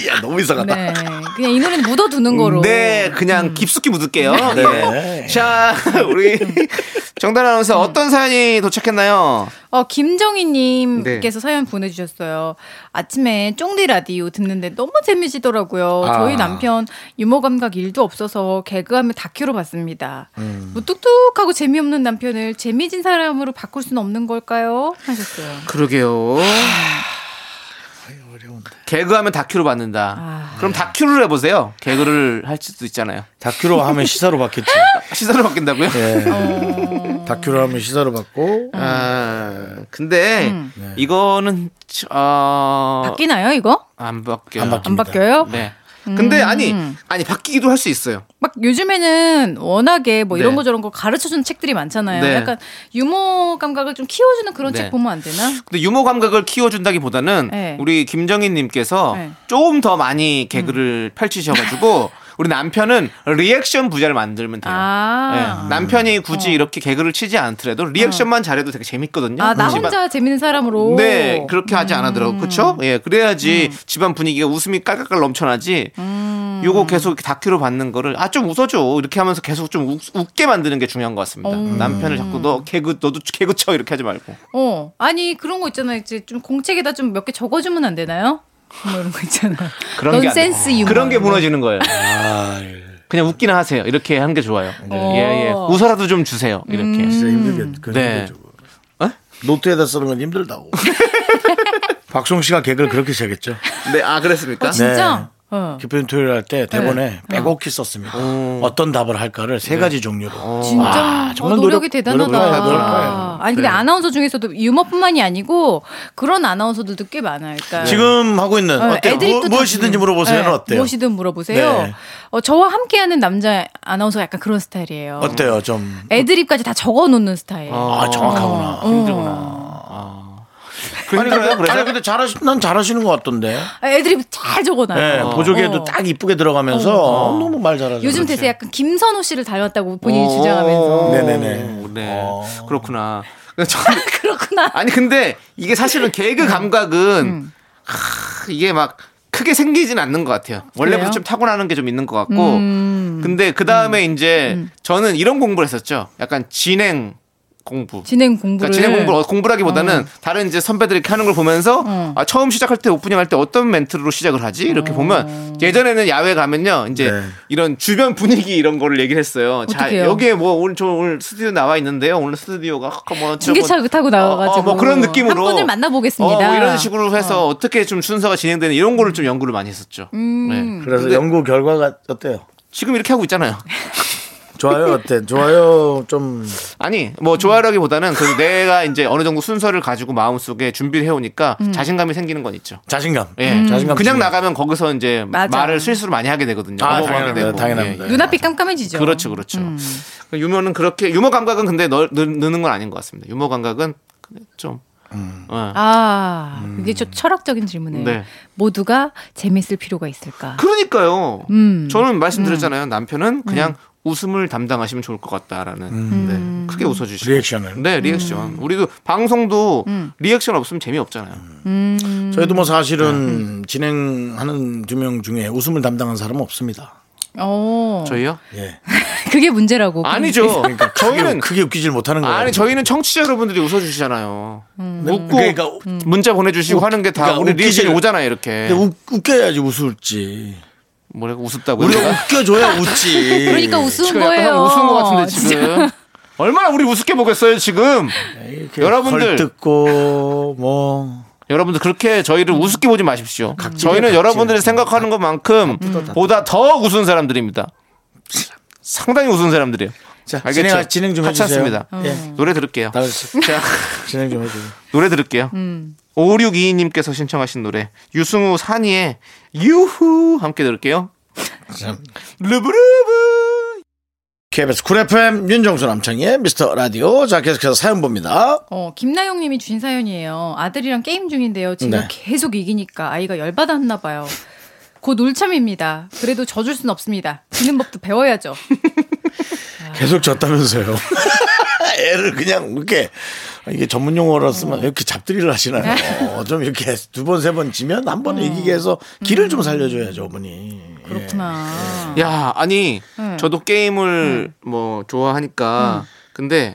S1: 야 너무 이상하다.
S5: 네, 그냥 이 노래는 묻어두는 거로. 음.
S2: 네, 그냥 깊숙이 묻을게요.
S1: 네.
S2: 네. 자, 우리 정단 아나운서 어떤 사연이 도착했나요?
S5: 어,
S1: 네.
S5: 김정희님께서 사연 보내주셨어요. 아침에 쫑디 라디오 듣는데 너무 재미지더라고요.
S1: 아.
S5: 저희 남편 유머 감각 일도 없어서 개그하며 다큐로 봤습니다.
S1: 음.
S5: 무뚝뚝하고 재미없는 남편을 재미진 사람으로 바꿀 수는 없는 걸까요? 하셨어요.
S2: 그러게요. 개그하면 다큐로 받는다.
S5: 아.
S2: 그럼 다큐를 해보세요. 개그를 할 수도 있잖아요.
S1: 다큐로 하면 시사로 받겠지.
S2: 시선을 바뀐다고요?
S5: 네.
S1: 예. 다큐로 하면 시사로 받고.
S2: 아, 근데 네.
S5: 음.
S2: 이거는 저- 어,
S5: 바뀌나요, 이거?
S2: 안 바뀌어요.
S1: 안 바뀌-
S5: 안 바뀌어요?
S2: 네. 근데
S5: 음.
S2: 아니 아니 바뀌기도 할 수 있어요.
S5: 막 요즘에는 워낙에 뭐 이런
S2: 네.
S5: 거 저런 거 가르쳐주는 책들이 많잖아요.
S2: 네.
S5: 약간 유머 감각을 좀 키워주는 그런
S2: 네.
S5: 책 보면 안 되나?
S2: 근데 유머 감각을 키워준다기보다는
S5: 네.
S2: 우리 김정희님께서
S5: 네. 음.
S2: 조금 더 많이 개그를 펼치셔가지고 우리 남편은 리액션 부자를 만들면 돼요.
S5: 아. 어.
S2: 예. 남편이 굳이 이렇게 개그를 치지 않더라도 리액션만 잘해도 되게
S1: 네.
S2: 재밌거든요.
S5: 아, 나
S2: 집안-
S5: 혼자 음. 재밌는 사람으로.
S2: 네, 그렇게 하지 않아더라고. 그쵸? 예, 그래야지
S5: 음.
S2: 집안 분위기가 웃음이 깔깔깔 넘쳐나지. 요거 계속 이렇게 다큐로 받는 거를 아 좀 웃어줘 이렇게 하면서 계속 좀 웃, 웃게 만드는 게 중요한 것 같습니다.
S5: 음.
S2: 남편을 자꾸 너 개그 너도 개그 쳐 이렇게 하지 말고.
S5: 어. 아니, 그런 거 있잖아요. 이제 좀 공책에다 좀 몇 개 적어주면 안 되나요? 뭐 이런 거 있잖아.
S2: 그런 게 안 돼요.
S5: 넌센스 유머.
S2: 그런 게 무너지는 거예요.
S1: 아,
S2: 그냥 웃기나 하세요. 이렇게 하는 게 좋아요.
S5: 네.
S2: 예, 예.
S5: 어. 음.
S2: 웃어라도 좀 주세요. 이렇게.
S1: 진짜 힘들겠. 그
S2: 네. 어?
S1: 노트에다 쓰는 건 힘들다고. 박송 씨가 개그를 그렇게 시작했죠.
S2: 네, 아, 그랬습니까?
S5: 어, 진짜?
S1: 네.
S5: 어. 네.
S1: 기쁜 토요일 할 때 대본에 빼곡히 썼습니다. 어떤 네. 답을 할까를 세 가지 종류로.
S5: 진짜
S1: 와, 정말
S5: 어, 노력이
S1: 노력-
S5: 대단하다.
S1: 노력을 해야 네. 될 거예요.
S5: 아니 근데 아나운서 중에서도 유머뿐만이 아니고 그런 아나운서들도 꽤 많아요. 그러니까
S1: 지금 하고 있는
S5: 어,
S1: 어때요? 뭐,
S5: 애들이
S1: 무-
S5: 또
S1: 무엇이든지
S5: 다시-
S1: 물어보세요.
S5: 네,
S1: 는 어때요?
S5: 무엇이든 물어보세요.
S1: 네.
S5: 어, 저와 함께하는 남자 아나운서가 약간 그런 스타일이에요.
S1: 어때요? 좀
S5: 애드립까지 다 적어놓는 스타일. 어,
S1: 아, 정확하구나.
S5: 힘들구나.
S1: 아니,
S2: 그러니까요,
S1: 근데,
S2: 그래서.
S1: 아니 근데 잘하시 난 잘하시는 것 같던데.
S5: 어, 애드립 잘 적어놔요.
S1: 네, 보조개도
S5: 어.
S1: 딱 이쁘게 들어가면서 어, 너무 말 잘하죠.
S5: 요즘 대세 약간 김선호 씨를 닮았다고 본인이
S2: 어.
S5: 주장하면서.
S1: 네네네.
S2: 네.
S1: 어.
S2: 그렇구나. 근데 저는-
S5: 그렇구나.
S2: 아니, 근데 이게 사실은 개그 감각은
S5: 음.
S2: 하, 이게 막 크게 생기진 않는 것 같아요. 원래부터
S5: 그래요?
S2: 좀 타고나는 게 좀 있는 것 같고.
S5: 음.
S2: 근데 그 다음에 이제 저는 이런 공부를 했었죠. 약간 진행 공부.
S5: 진행 공부를.
S2: 그러니까 진행 공부를 어, 공부라기보다는 다른 이제 선배들이 이렇게 하는 걸 보면서
S5: 어.
S2: 아, 처음 시작할 때 오프닝 할 때 어떤 멘트로 시작을 하지 이렇게 보면 예전에는 야외 가면요 이제
S1: 네.
S2: 이런 주변 분위기 이런 거를 얘기를 했어요.
S5: 어떡해요?
S2: 여기에 뭐 오늘 저 오늘 스튜디오 나와 있는데요. 오늘 스튜디오가 아까 뭐
S5: 중계차
S2: 저거-
S5: 타고 나와가지고
S2: 어, 어, 뭐 그런 느낌으로
S5: 한 분을
S2: 어,
S5: 만나보겠습니다.
S2: 뭐 이런 식으로 해서 어. 떻게좀 순서가 진행되는 이런 거를 좀 연구를 많이 했었죠.
S5: 음.
S2: 네.
S1: 그래서 연구 결과가 어때요?
S2: 지금 이렇게 하고 있잖아요.
S1: 좋아요 어때? 좋아요 좀
S2: 아니 뭐 좋아라기보다는 그 내가 이제 어느 정도 순서를 가지고 마음속에 준비를 해오니까 자신감이 생기는 건 있죠.
S1: 자신감.
S2: 예.
S5: 음.
S1: 자신감
S2: 그냥
S1: 중요해요.
S2: 나가면 거기서 이제
S5: 맞아.
S2: 말을 실수를 많이 하게 되거든요.
S1: 아,
S2: 어버버하게
S1: 당연합니다.
S2: 되고.
S1: 당연합니다.
S2: 예, 예.
S5: 눈앞이 깜깜해지죠. 음.
S2: 그렇죠, 그렇죠. 유머는 그렇게 유머 감각은 근데 너, 느, 는건 아닌 것 같습니다. 유머 감각은 좀
S1: 음.
S2: 어.
S5: 아, 이게 좀 철학적인 질문이에요.
S2: 네.
S5: 모두가 재밌을 필요가 있을까?
S2: 그러니까요.
S5: 음.
S2: 저는 말씀드렸잖아요. 남편은 그냥 웃음을 담당하시면 좋을 것 같다라는.
S5: 음.
S2: 네. 크게 웃어주시고.
S1: 음. 리액션을.
S2: 네, 리액션. 우리도 방송도
S5: 음.
S2: 리액션 없으면 재미없잖아요.
S1: 음. 저희도 뭐 사실은
S5: 음.
S1: 진행하는 두 명 중에 웃음을 담당한 사람은 없습니다.
S5: 어,
S2: 저희요?
S1: 예.
S5: 그게 문제라고.
S2: 아니죠.
S1: 그러니까
S2: 저희는
S1: 저희는 크게 웃기질 못하는 거예요.
S2: 아니 저희는 청취자 여러분들이 웃어주시잖아요. 웃고
S1: 그러니까
S2: 문자 보내주시고 하는 게 다
S1: 그러니까
S2: 우리
S1: 웃기지.
S2: 리액션이 오잖아요 이렇게.
S1: 근데 웃- 웃겨야지 웃을지.
S2: 뭐라고 웃었다고요?
S1: 우리가
S2: 내가?
S1: 웃겨줘야 웃지.
S5: 그러니까 웃은
S2: 예. 지금 약간
S5: 거예요.
S2: 웃은 것 같은데
S5: 진짜.
S2: 지금. 얼마나 우리 우습게 보겠어요 지금. 여러분들.
S1: 듣고 뭐
S2: 여러분들 그렇게 저희를 우습게 보지 마십시오. 저희는
S1: 각질.
S2: 여러분들이 생각하는 것만큼 보다 더 웃은 사람들입니다. 상당히 웃은 사람들이에요.
S1: 자,
S2: 알겠죠?
S1: 진행- 진행 좀 해주세요.
S2: 하찮습니다.
S1: 예.
S2: 노래 들을게요.
S1: 다음 시-
S2: 자,
S1: 진행 좀 해주세요.
S2: 노래 들을게요.
S5: 음.
S2: 5622님께서 신청하신 노래 유승우 산이의 유후 함께 들을게요. 르브르브
S1: KBS 쿨 FM 윤정수 남창희의 미스터 라디오. 자, 계속해서 사연 봅니다.
S5: 어, 김나영 님이 주신 사연이에요. 아들이랑 게임 중인데요. 지금
S1: 네.
S5: 계속 이기니까 아이가 열받았나 봐요. 곧 올참입니다. 그래도 져줄 순 없습니다. 지는 법도 배워야죠.
S1: 계속 졌다면서요. 애를 그냥 이렇게 이게 전문 용어로 쓰면 이렇게 잡들이를 하시나요? 어,
S5: 음.
S1: 좀 이렇게 두 번 세 번 지면 한 번 이기게 해서 길을
S5: 음.
S1: 좀 살려줘야죠, 어머니.
S5: 그렇구나.
S2: 야, 아니,
S5: 네.
S2: 저도 게임을 뭐 좋아하니까. 근데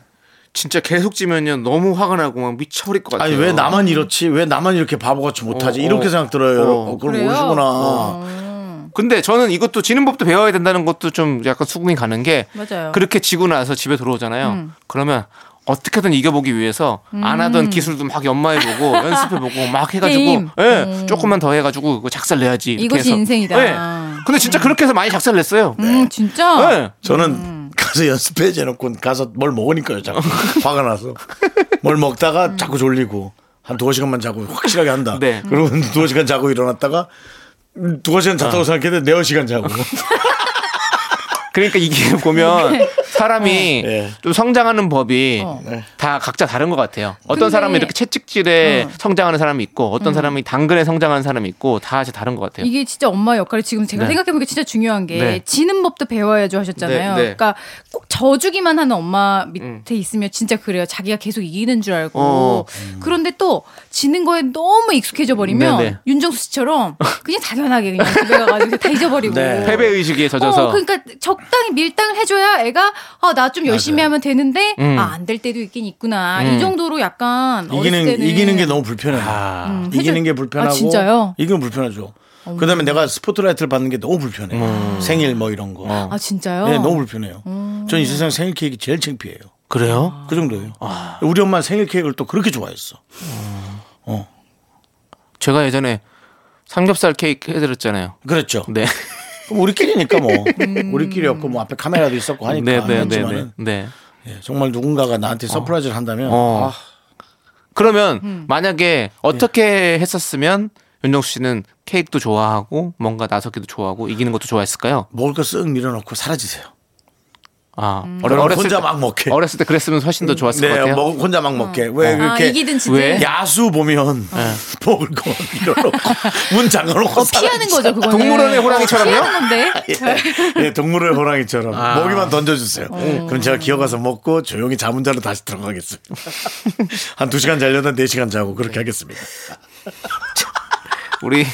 S2: 진짜 계속 지면요. 너무 화가 나고 막 미쳐버릴 것 같아요.
S1: 아니 왜 나만 이렇지? 왜 나만 이렇게 바보같이 못하지?
S2: 어,
S1: 이렇게
S2: 어.
S1: 생각 들어요.
S2: 어.
S1: 어, 그럼
S5: 그래요?
S1: 모르시구나.
S5: 어,
S2: 근데 저는 이것도 지는 법도 배워야 된다는 것도 좀 약간 수긍이 가는 게
S5: 맞아요. 음.
S2: 그렇게 지고 나서 집에 들어오잖아요. 그러면 어떻게든 이겨보기 위해서 안 하던 기술도 막 연마해보고 연습해보고 막 해가지고
S5: 게임. 음.
S2: 예 조금만 더 해가지고 그거 작살 내야지 이렇게
S5: 이것이
S2: 해서.
S5: 인생이다.
S2: 예. 근데 진짜 그렇게 해서 많이 작살 냈어요.
S5: 음, 진짜?
S2: 예.
S1: 저는
S5: 음.
S1: 가서 연습해 재놓고 가서 뭘 먹으니까요, 자꾸 화가 나서 뭘 먹다가
S5: 음.
S1: 자꾸 졸리고 한 두어 시간만 자고 확실하게 한다.
S2: 네.
S1: 그러고 두어 시간 자고 일어났다가 음, 두어 시간 잤다고 생각했는데 네어 시간 자고.
S2: 그러니까 이게
S5: 네.
S2: 보면
S5: 어.
S2: 사람이
S1: 예.
S2: 좀 성장하는 법이 다 각자 다른 것 같아요. 어떤 사람은 이렇게 채찍질에
S5: 어.
S2: 성장하는 사람이 있고 어떤 사람이 당근에 성장하는 사람이 있고 다 진짜 다른 것 같아요.
S5: 음. 이게 진짜 엄마 역할이 지금 제가
S2: 네.
S5: 생각해보니까 진짜 중요한 게
S2: 네.
S5: 지는 법도 배워야죠
S2: 네,
S5: 하셨잖아요.
S2: 네.
S5: 그러니까 꼭 져주기만 하는 엄마 밑에 있으면 진짜 그래요. 자기가 계속 이기는 줄 알고
S2: 어.
S5: 그런데 또 지는 거에 너무 익숙해져 버리면
S2: 네, 네.
S5: 윤정수 씨처럼 그냥 당연하게 그냥 집에 가가지고 다 잊어버리고
S1: 네.
S2: 패배 의식에 젖어서
S5: 어, 그러니까 적당히 밀당을 해줘야 애가 아 나 좀 열심히 하면 되는데 아 안 될 때도 있긴 있구나 이 정도로 약간 어렸을
S1: 이기는
S5: 때는
S1: 이기는 게 너무 불편해요.
S2: 아.
S1: 이기는 게 불편하고
S5: 아, 진짜요?
S1: 이기면 불편하죠. 그다음에 내가 스포트라이트를 받는 게 너무 불편해.
S2: 음.
S1: 요 생일 뭐 이런 거.
S2: 어.
S5: 아 진짜요?
S1: 네, 너무 불편해요.
S5: 음.
S1: 저는 이 세상 생일 케이크 제일 창피해요.
S2: 그래요? 아.
S1: 그 정도예요. 우리 엄마 생일 케이크를 또 그렇게 좋아했어.
S2: 제가 예전에 삼겹살 케이크 해드렸잖아요.
S1: 그랬죠.
S2: 네.
S1: 그럼 우리끼리니까 뭐
S5: 음.
S1: 우리끼리였고 뭐 앞에 카메라도 있었고 하니까
S2: 네, 네, 네, 네,
S1: 했지만은
S2: 네.
S1: 예, 정말 누군가가 나한테 서프라이즈를 한다면
S2: 어.
S1: 아,
S2: 그러면
S5: 음.
S1: 네.
S2: 만약에 어떻게 했었으면 윤정수 씨는 케이크도 좋아하고 뭔가 나서기도 좋아하고 이기는 것도 좋아했을까요?
S1: 먹을 거 쓱 밀어넣고 사라지세요.
S2: 음. 아,
S5: 음.
S1: 그럼 혼자 막 먹게.
S2: 어렸을 때 그랬으면 훨씬 더 좋았을 것
S1: 네,
S2: 같아요.
S1: 먹, 혼자 막 먹게. 왜
S5: 아
S1: 그렇게
S5: 이기든 지든
S2: 왜?
S1: 야수 보면 먹을 거 밀어놓고 문 잠가놓고
S5: 피하는 거죠 그거는
S2: 동물원의 호랑이처럼요? 아,
S5: 피하는 건데 네.
S1: 예, 예, 동물의 호랑이처럼 먹이만 던져주세요. 그럼 제가 기어가서 먹고 조용히 잠은 자로 다시 들어가겠습니다. 한 두 시간 자려다 네 시간 자고 그렇게 하겠습니다.
S2: 우리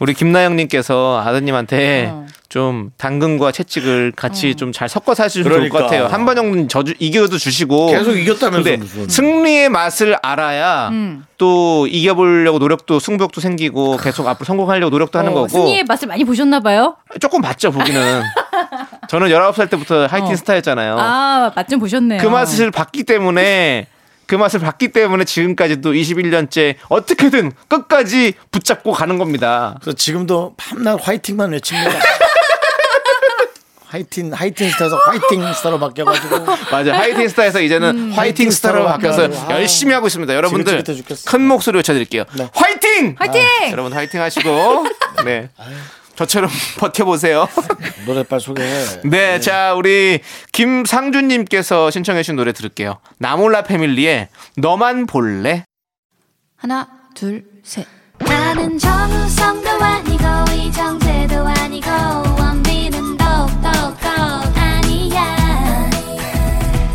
S2: 우리 김나영님께서 아드님한테
S5: 어.
S2: 좀 당근과 채찍을 같이 좀 잘 섞어 사시면 좋을 것
S1: 그러니까.
S2: 같아요. 한 번 정도는 져주, 이겨도 주시고
S1: 어. 계속 이겼다면서
S2: 근데
S1: 무슨.
S2: 승리의 맛을 알아야
S5: 음.
S2: 또 이겨보려고 노력도 승부욕도 생기고 계속 앞으로 성공하려고 노력도 하는
S5: 어,
S2: 거고
S5: 승리의 맛을 많이 보셨나 봐요.
S2: 조금 봤죠 보기는 저는 19살 때부터 하이틴
S5: 어.
S2: 스타였잖아요.
S5: 아, 맛 좀 보셨네요.
S2: 그 맛을 봤기 때문에 그 맛을 봤기 때문에 지금까지도 21년째 어떻게든 끝까지 붙잡고 가는 겁니다.
S1: 그래서 지금도 밤낮 화이팅만 외칩니다. 화이팅, 화이팅 스타에서 화이팅 스타로 바뀌어가지고.
S2: 맞아 하이틴 스타에서 이제는 화이팅
S1: 화이팅
S2: 스타로
S1: 스타로
S2: 바뀌어서
S1: 바뀌어가지고. 아유.
S2: 열심히 하고 있습니다. 여러분들
S1: 지긋지긋해 죽겠어.
S2: 큰 목소리로 쳐드릴게요.
S1: 네.
S2: 화이팅! 아,
S5: 화이팅!
S2: 여러분 화이팅 하시고 네 저처럼 버텨보세요.
S1: 노래빨 소개해.
S2: 네, 자 우리 김상준님께서 신청해주신 노래 들을게요. 나몰라 패밀리의 너만 볼래.
S5: 하나, 둘, 셋.
S3: 나는 정우성도 아니고 이정재도 아니고 원빈은 더욱더 아니야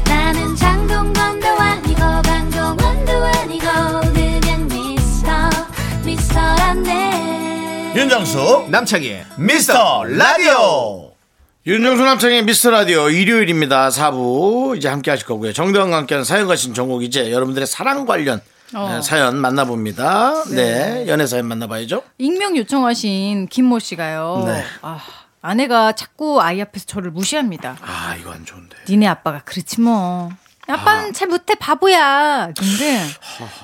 S3: 나는 장동건도 아니고 강동원도 아니고 그냥 미스터 미스터란데
S1: 윤정수 남창희의 미스터 라디오 윤정수 남창희의 미스터 라디오 일요일입니다 4부 이제 함께 하실 거고요 정대원과 함께하는 사연과 신청곡 이제 여러분들의 사랑 관련
S5: 어.
S1: 네, 사연 만나봅니다 네. 연애 사연 만나봐야죠
S5: 익명 요청하신 김모 씨가요.
S1: 네.
S5: 아, 아내가 자꾸 아이 앞에서 저를 무시합니다.
S1: 아 이거 안 좋은데
S5: 니네 아빠가 그렇지 뭐. 아빠는 잘 못해 바보야. 근데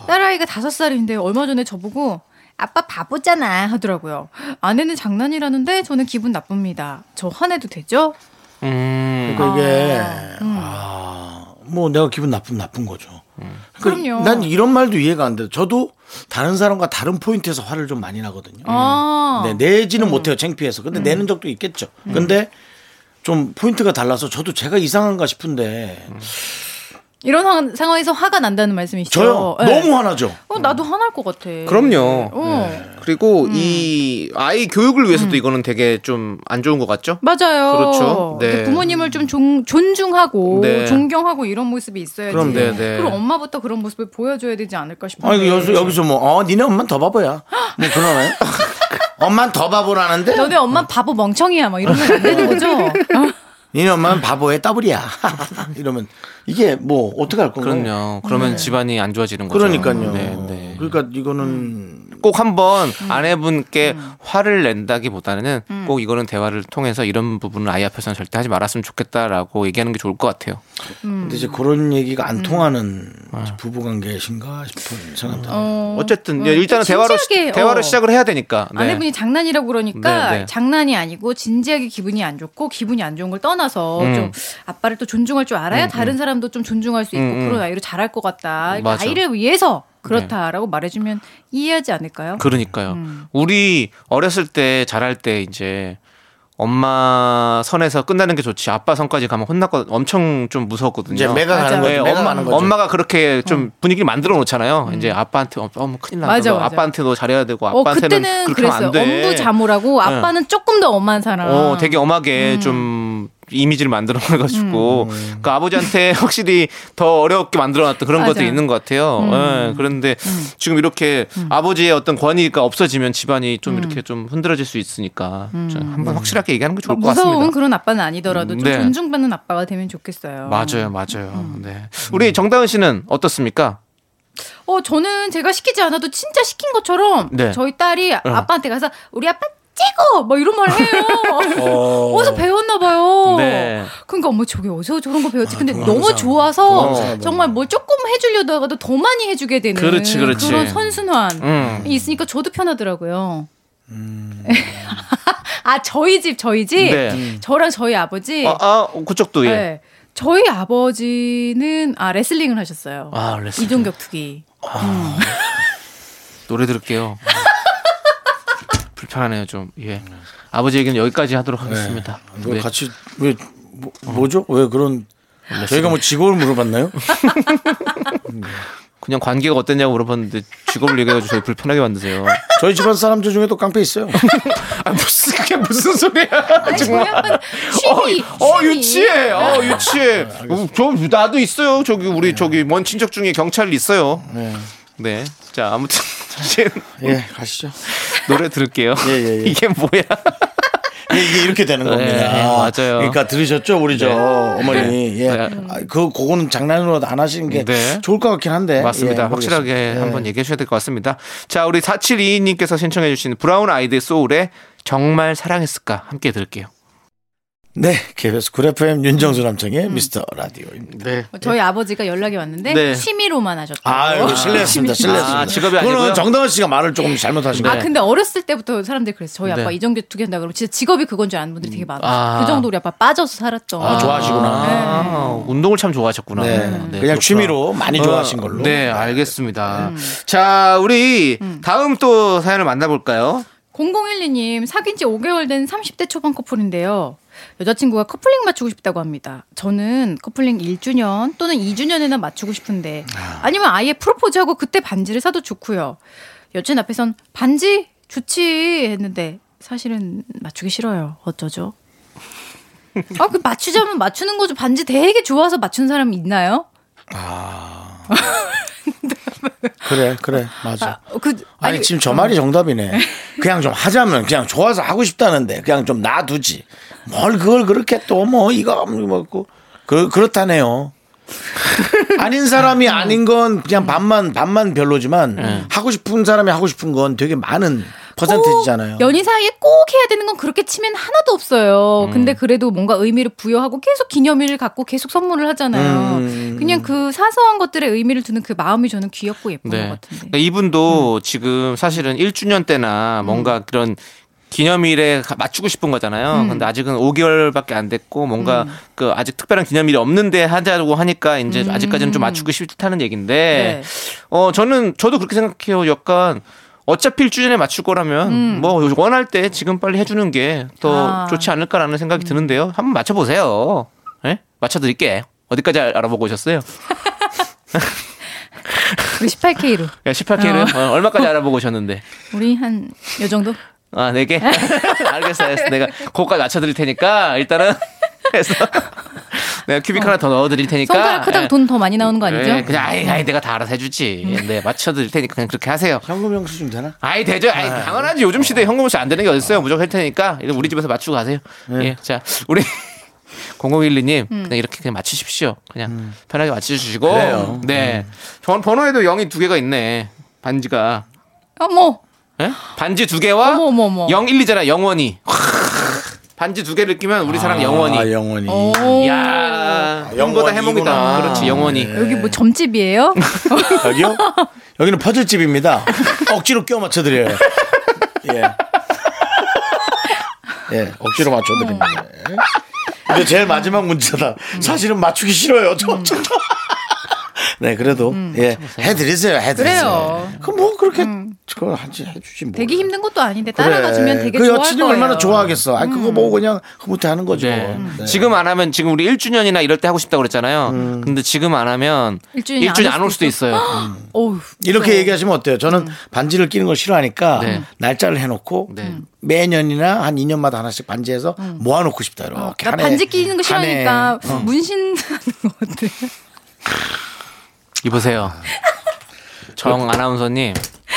S5: 딸아이가 다섯 살인데 얼마 전에 저보고 아빠 바보잖아 하더라고요. 아내는 장난이라는데 저는 기분 나쁩니다. 저 화내도 되죠?
S1: 그러니까 이게 아, 뭐 내가 기분 나쁜 나쁜 거죠 그러니까
S5: 그럼요.
S1: 난 이런 말도 이해가 안 돼요 저도 다른 사람과 다른 포인트에서 화를 좀
S2: 음.
S1: 많이 나거든요
S5: 아. 음.
S1: 네, 내지는 못해요, 창피해서. 근데 내는 적도 있겠죠. 근데 좀 포인트가 달라서 저도 제가 이상한가 싶은데
S5: 음. 이런 상- 상황에서 화가 난다는 말씀이시죠?
S1: 저요
S5: 네.
S1: 너무 화나죠.
S5: 어, 나도 화날 것 같아.
S2: 그럼요. 네.
S5: 어.
S2: 그리고 이 아이 교육을 위해서도
S5: 음.
S2: 이거는 되게 좀 안 좋은 것 같죠?
S5: 맞아요.
S2: 그렇죠. 네.
S5: 이렇게 부모님을 좀 존, 존중하고
S2: 네.
S5: 존경하고 이런 모습이 있어야지.
S1: 그럼,
S2: 네, 네.
S5: 그럼 엄마부터 그런 모습을 보여줘야 되지 않을까 싶은데.
S1: 아니 여기서 여기서 뭐 어, 니네 엄만 더 바보야. 뭐 그러네. 엄만 더 바보라는데
S5: 너네 엄마 바보 멍청이야 막 이러면 안 되는 거죠?
S1: 니네 엄마는 바보의 더블이야. 이러면 이게 뭐 어떻게 할 건가?
S5: 음.
S2: 그럼요. 그러면
S5: 네.
S2: 집안이 안 좋아지는 거죠.
S1: 그러니까요.
S2: 네, 네.
S1: 그러니까 이거는
S5: 음.
S2: 꼭 한번 아내분께 화를 낸다기보다는
S5: 음.
S2: 꼭 이거는 대화를 통해서 이런 부분을 아이 앞에서는 절대 하지 말았으면 좋겠다라고 얘기하는 게 좋을 것 같아요.
S5: 어,
S1: 근데 이제 그런 얘기가
S5: 음.
S1: 안 통하는 부부 관계신가 싶은 생각도.
S5: 어.
S2: 어쨌든 예,
S5: 어,
S2: 일단은 대화로 시-
S5: 진지하게,
S2: 대화를
S5: 어.
S2: 시작을 해야 되니까. 네.
S5: 아내분이 장난이라고 그러니까
S2: 네, 네.
S5: 장난이 아니고 진지하게 기분이 안 좋고 기분이 안 좋은 걸 떠나서
S2: 음.
S5: 좀 아빠를 또 존중할 줄 알아야 다른 사람도 좀 존중할 수 있고
S2: 음, 음.
S5: 그런 아이로 잘할 것 같다. 그러니까
S2: 맞아. 네.
S5: 아이를 위해서 그렇다라고 말해주면 이해하지 않을까요? 음.
S2: 그러니까요. 우리 어렸을 때 자랄 때 이제 엄마 선에서 끝나는 게 좋지 아빠 선까지 가면 혼났거 엄청 좀 무서웠거든요.
S1: 이제 매가
S5: 맞아.
S1: 가는
S2: 네,
S1: 거죠. 매가
S2: 엄마,
S1: 가는 거죠.
S2: 엄마가 그렇게 좀 분위기를 만들어 놓잖아요. 이제 아빠한테 어, 어머 큰일 났다.
S5: 음. 맞아,
S2: 너
S5: 맞아.
S2: 아빠한테도 잘해야 되고
S5: 어
S2: 아빠한테는
S5: 그때는
S2: 그렇게 하면
S5: 그랬어요.
S2: 안 돼. 네.
S5: 엄부자모라고 아빠는 조금 더 엄한 사람.
S2: 어, 되게
S5: 음.
S2: 엄하게 좀 이미지를 만들어놔가지고 그 아버지한테 확실히 더 어렵게 만들어놨던 그런
S5: 맞아요. 음.
S2: 것도 있는 것 같아요. 예, 그런데 지금 이렇게 아버지의 어떤 권위가 없어지면 집안이
S5: 음.
S2: 좀 이렇게 좀 흔들어질 수 있으니까 좀 한번 확실하게 얘기하는 게 좋을 것
S5: 아, 무서운
S2: 같습니다.
S5: 그런 아빠는 아니더라도
S2: 음,
S5: 좀
S2: 네.
S5: 존중받는 아빠가 되면 좋겠어요.
S2: 맞아요, 맞아요.
S5: 음.
S2: 네, 우리 정다은 씨는 어떻습니까?
S5: 어, 저는 제가 시키지 않아도 진짜 시킨 것처럼
S2: 네.
S5: 저희 딸이 아빠한테 가서 우리 아빠 찍어! 뭐 이런 말 해요.
S1: 어.
S5: 어. 디서 배웠나 봐요.
S2: 네. 아,
S5: 그러니까 어머 저게 어디서 저런 거 배웠지? 근데 너무 좋아서 정말 뭘 조금 해주려고 하다가도 더 많이 해주게 되는
S2: 그렇지, 그렇지.
S5: 런 선순환이
S2: 음.
S5: 있으니까 저도 편하더라고요. 아 저희 집 저희 집
S2: 네. 음.
S5: 저랑 저희 아버지
S2: 아, 아, 그쪽도 예.
S5: 네. 저희 아버지는 아 레슬링을 하셨어요.
S2: 아, 레슬링.
S5: 이종격 투기.
S2: 노래 들을게요. 음. 불편하네요, 좀. 예. 아버지 얘기는 여기까지 하도록 하겠습니다.
S1: 왜
S2: 네.
S1: 같이 왜 뭐, 뭐죠? 왜 그런 저희가 뭐 직업을 물어봤나요?
S2: 그냥 관계가 어땠냐고 물어봤는데 직업을 얘기해가지고 저희 불편하게 만드세요.
S1: 저희 집안 사람들 중에도 깡패 있어요.
S2: 아, 무슨, 그게 무슨 소리야.
S5: 아니, 아, 저희 아빠는 취미.
S2: 어,
S5: 취미.
S2: 유치해. 어, 유치해. 어, 저, 나도 있어요. 저기, 우리,
S5: 네.
S2: 저기, 먼 친척 중에 경찰 있어요. 네. 자, 아무튼, 사실
S1: 예, 가시죠.
S2: 노래 들을게요.
S1: 예, 예, 예.
S2: 이게 뭐야.
S1: 예, 이게 이렇게 되는 겁니다.
S2: 예, 맞아요.
S1: 그러니까 들으셨죠, 우리 저
S2: 네.
S1: 어머니. 예.
S2: 네.
S1: 아, 그 그거는 장난으로 안 하시는 게
S2: 네.
S1: 좋을 것 같긴 한데.
S2: 맞습니다.
S1: 예,
S2: 확실하게
S1: 모르겠습니다.
S2: 한번 얘기해 주셔야 될 것 같습니다. 자, 우리 4722님께서 신청해주신 브라운 아이드 소울의 정말 사랑했을까 함께 들을게요.
S1: 네, KBS 쿨 FM 윤정수
S2: 음.
S1: 남창의 미스터 라디오입니다.
S2: 네.
S5: 저희 아버지가 연락이 왔는데
S2: 네.
S5: 취미로만 하셨다고.
S1: 아유, 실례했습니다. 실례했습니다.
S2: 아, 직업이 아니고요?
S1: 그거는 정다은 씨가 말을 조금 잘못하신
S5: 아
S1: 거예요.
S5: 근데 어렸을 때부터 사람들이 그랬어. 저희 아빠
S2: 네.
S5: 이종격 투기 한다 그러면 진짜 직업이 그건 줄 아는 분들이 되게 많아.
S2: 아.
S5: 그 정도 우리 아빠 빠져서 살았죠.
S1: 아, 좋아하시구나.
S2: 아, 운동을 참 좋아하셨구나.
S1: 네. 그냥
S2: 그렇구나.
S1: 취미로 많이 좋아하신
S2: 어,
S1: 걸로. 음.
S2: 네, 알겠습니다. 자, 우리 다음 또 사연을 만나볼까요?
S5: 0012님 사귄 지 5개월 된 30대 초반 커플인데요. 여자친구가 커플링 맞추고 싶다고 합니다. 저는 커플링 1주년 또는 2주년에나 맞추고 싶은데 아니면 아예 프로포즈하고 그때 반지를 사도 좋고요. 여친 앞에선 반지 좋지 했는데 사실은 맞추기 싫어요. 어쩌죠? 아, 그 맞추자면 맞추는 거죠. 반지 되게 좋아서 맞춘 사람 있나요?
S1: 그래, 그래, 맞아.
S5: 아, 그
S1: 아니, 음. 지금 저 말이 정답이네. 그냥 좀 하자면 그냥 좋아서 하고 싶다는데 그냥 좀 놔두지. 뭘 그걸 그렇게 또 뭐 이거 먹고 그 그렇다네요. 아닌 사람이 아닌 건 그냥 반만 반만 별로지만
S2: 네.
S1: 하고 싶은 사람이 하고 싶은 건 되게 많은 퍼센테이지잖아요.
S5: 꼭 연인 사이에 꼭 해야 되는 건 그렇게 치면 하나도
S1: 음.
S5: 없어요. 근데 그래도 뭔가 의미를 부여하고 계속 기념일을 갖고 계속 선물을 하잖아요.
S1: 음.
S5: 그냥 그 사소한 것들의 의미를 두는 그 마음이 저는 귀엽고 예쁜
S2: 네.
S5: 것 같은데. 음.
S2: 그러니까 이분도 지금 사실은 1주년 때나 뭔가 그런 기념일에 가- 맞추고 싶은 거잖아요.
S5: 음.
S2: 근데 아직은 5개월밖에 안 됐고 뭔가 그 아직 특별한 기념일이 없는데 하자고 하니까 이제 아직까지는 좀 맞추고 싶다는 얘기인데
S5: 음. 네.
S2: 어 저는 저도 그렇게 생각해요. 약간 어차피 일주일에 맞출 거라면 뭐 원할 때 지금 빨리 해주는 게 더
S5: 음. 아.
S2: 좋지 않을까라는 생각이 드는데요. 한번 맞춰보세요. 예? 맞춰드릴게. 어디까지 알- 알아보고 오셨어요?
S5: 우리 18K로.
S2: 18K를
S5: 어.
S2: 얼마까지 알아보고 오셨는데?
S5: 우리 한 요 정도?
S2: 아, 네 개? 알겠어요. 알겠어요. 내가 그거까지 맞춰드릴 테니까 일단은 해서 내가 큐빅 하나 더 넣어드릴 테니까
S1: 그러니까
S5: 손가락 크다고
S2: 예.
S5: 돈 더 많이 나오는 거
S1: 네,
S5: 아니죠?
S2: 예, 그냥 아이, 아이 내가 다 알아서 해주지. 네, 맞춰드릴 테니까 그냥 그렇게 하세요.
S1: 현금 영수 좀 되나?
S2: 아이 되죠. 아이 당연하지. 요즘 시대에 현금 없이 안 되는 게 어딨어요. 무조건 할 테니까 일단 우리 집에서 맞추고 가세요.
S1: 네.
S2: 예. 자, 우리 0012님
S5: 음.
S2: 그냥 이렇게 그냥 맞추십시오. 그냥 편하게 맞춰주시고.
S1: 음. 그래요. 음.
S2: 네. 전 번호에도 0이 두 개가 있네. 반지가.
S5: 어머,
S2: 예? 반지 두 개와
S5: 어머, 어머, 어머.
S2: 012잖아. 영원히. 반지 두 개를 끼면 우리 사랑 영원히.
S1: 아, 영원히. 아,
S5: 오.
S2: 야,
S1: 영원히구나.
S2: 영보다 해몽이다. 그렇지, 영원히.
S1: 네.
S5: 여기 뭐 점집이에요?
S1: 여기요? 여기는 퍼즐집입니다. 억지로 껴 맞춰드려요. 예. 예, 억지로 맞춰드립니다. 예. 근데 제일 마지막 문제다. 사실은 맞추기 싫어요. 저 어쩌다. 네, 그래도 예 해드리세요. 해드리세요.
S5: 음, 그래요. 음.
S1: 그럼 뭐 그렇게 그걸 한지 해주지 뭐.
S5: 되게 힘든 것도 아닌데
S1: 그래.
S5: 따라가 주면 되게
S1: 그
S5: 좋아할
S1: 여친이
S5: 거예요. 음.
S1: 얼마나 좋아하겠어. 아 그거 보고 그냥 흐뭇해 하는 거죠.
S2: 네.
S1: 네. 음.
S2: 지금 안 하면 지금 우리 1주년이나 이럴 때 하고 싶다고 그랬잖아요. 근데 지금 안 하면
S5: 일주일이
S2: 1주년
S5: 안
S2: 안
S5: 올
S2: 올 수도 있어요.
S5: 어우,
S1: 음. 이렇게
S5: 무서워.
S1: 얘기하시면 어때요? 저는 반지를 끼는 걸 싫어하니까
S2: 네.
S1: 날짜를 해놓고
S2: 네.
S1: 매년이나 한 2년마다 하나씩 반지해서 모아놓고 싶다. 이렇게
S5: 어, 나
S1: 한 해,
S5: 반지 끼는 거
S1: 한 해.
S5: 싫어하니까 문신 하는 거 어때?
S2: 이보세요. 정 아나운서님.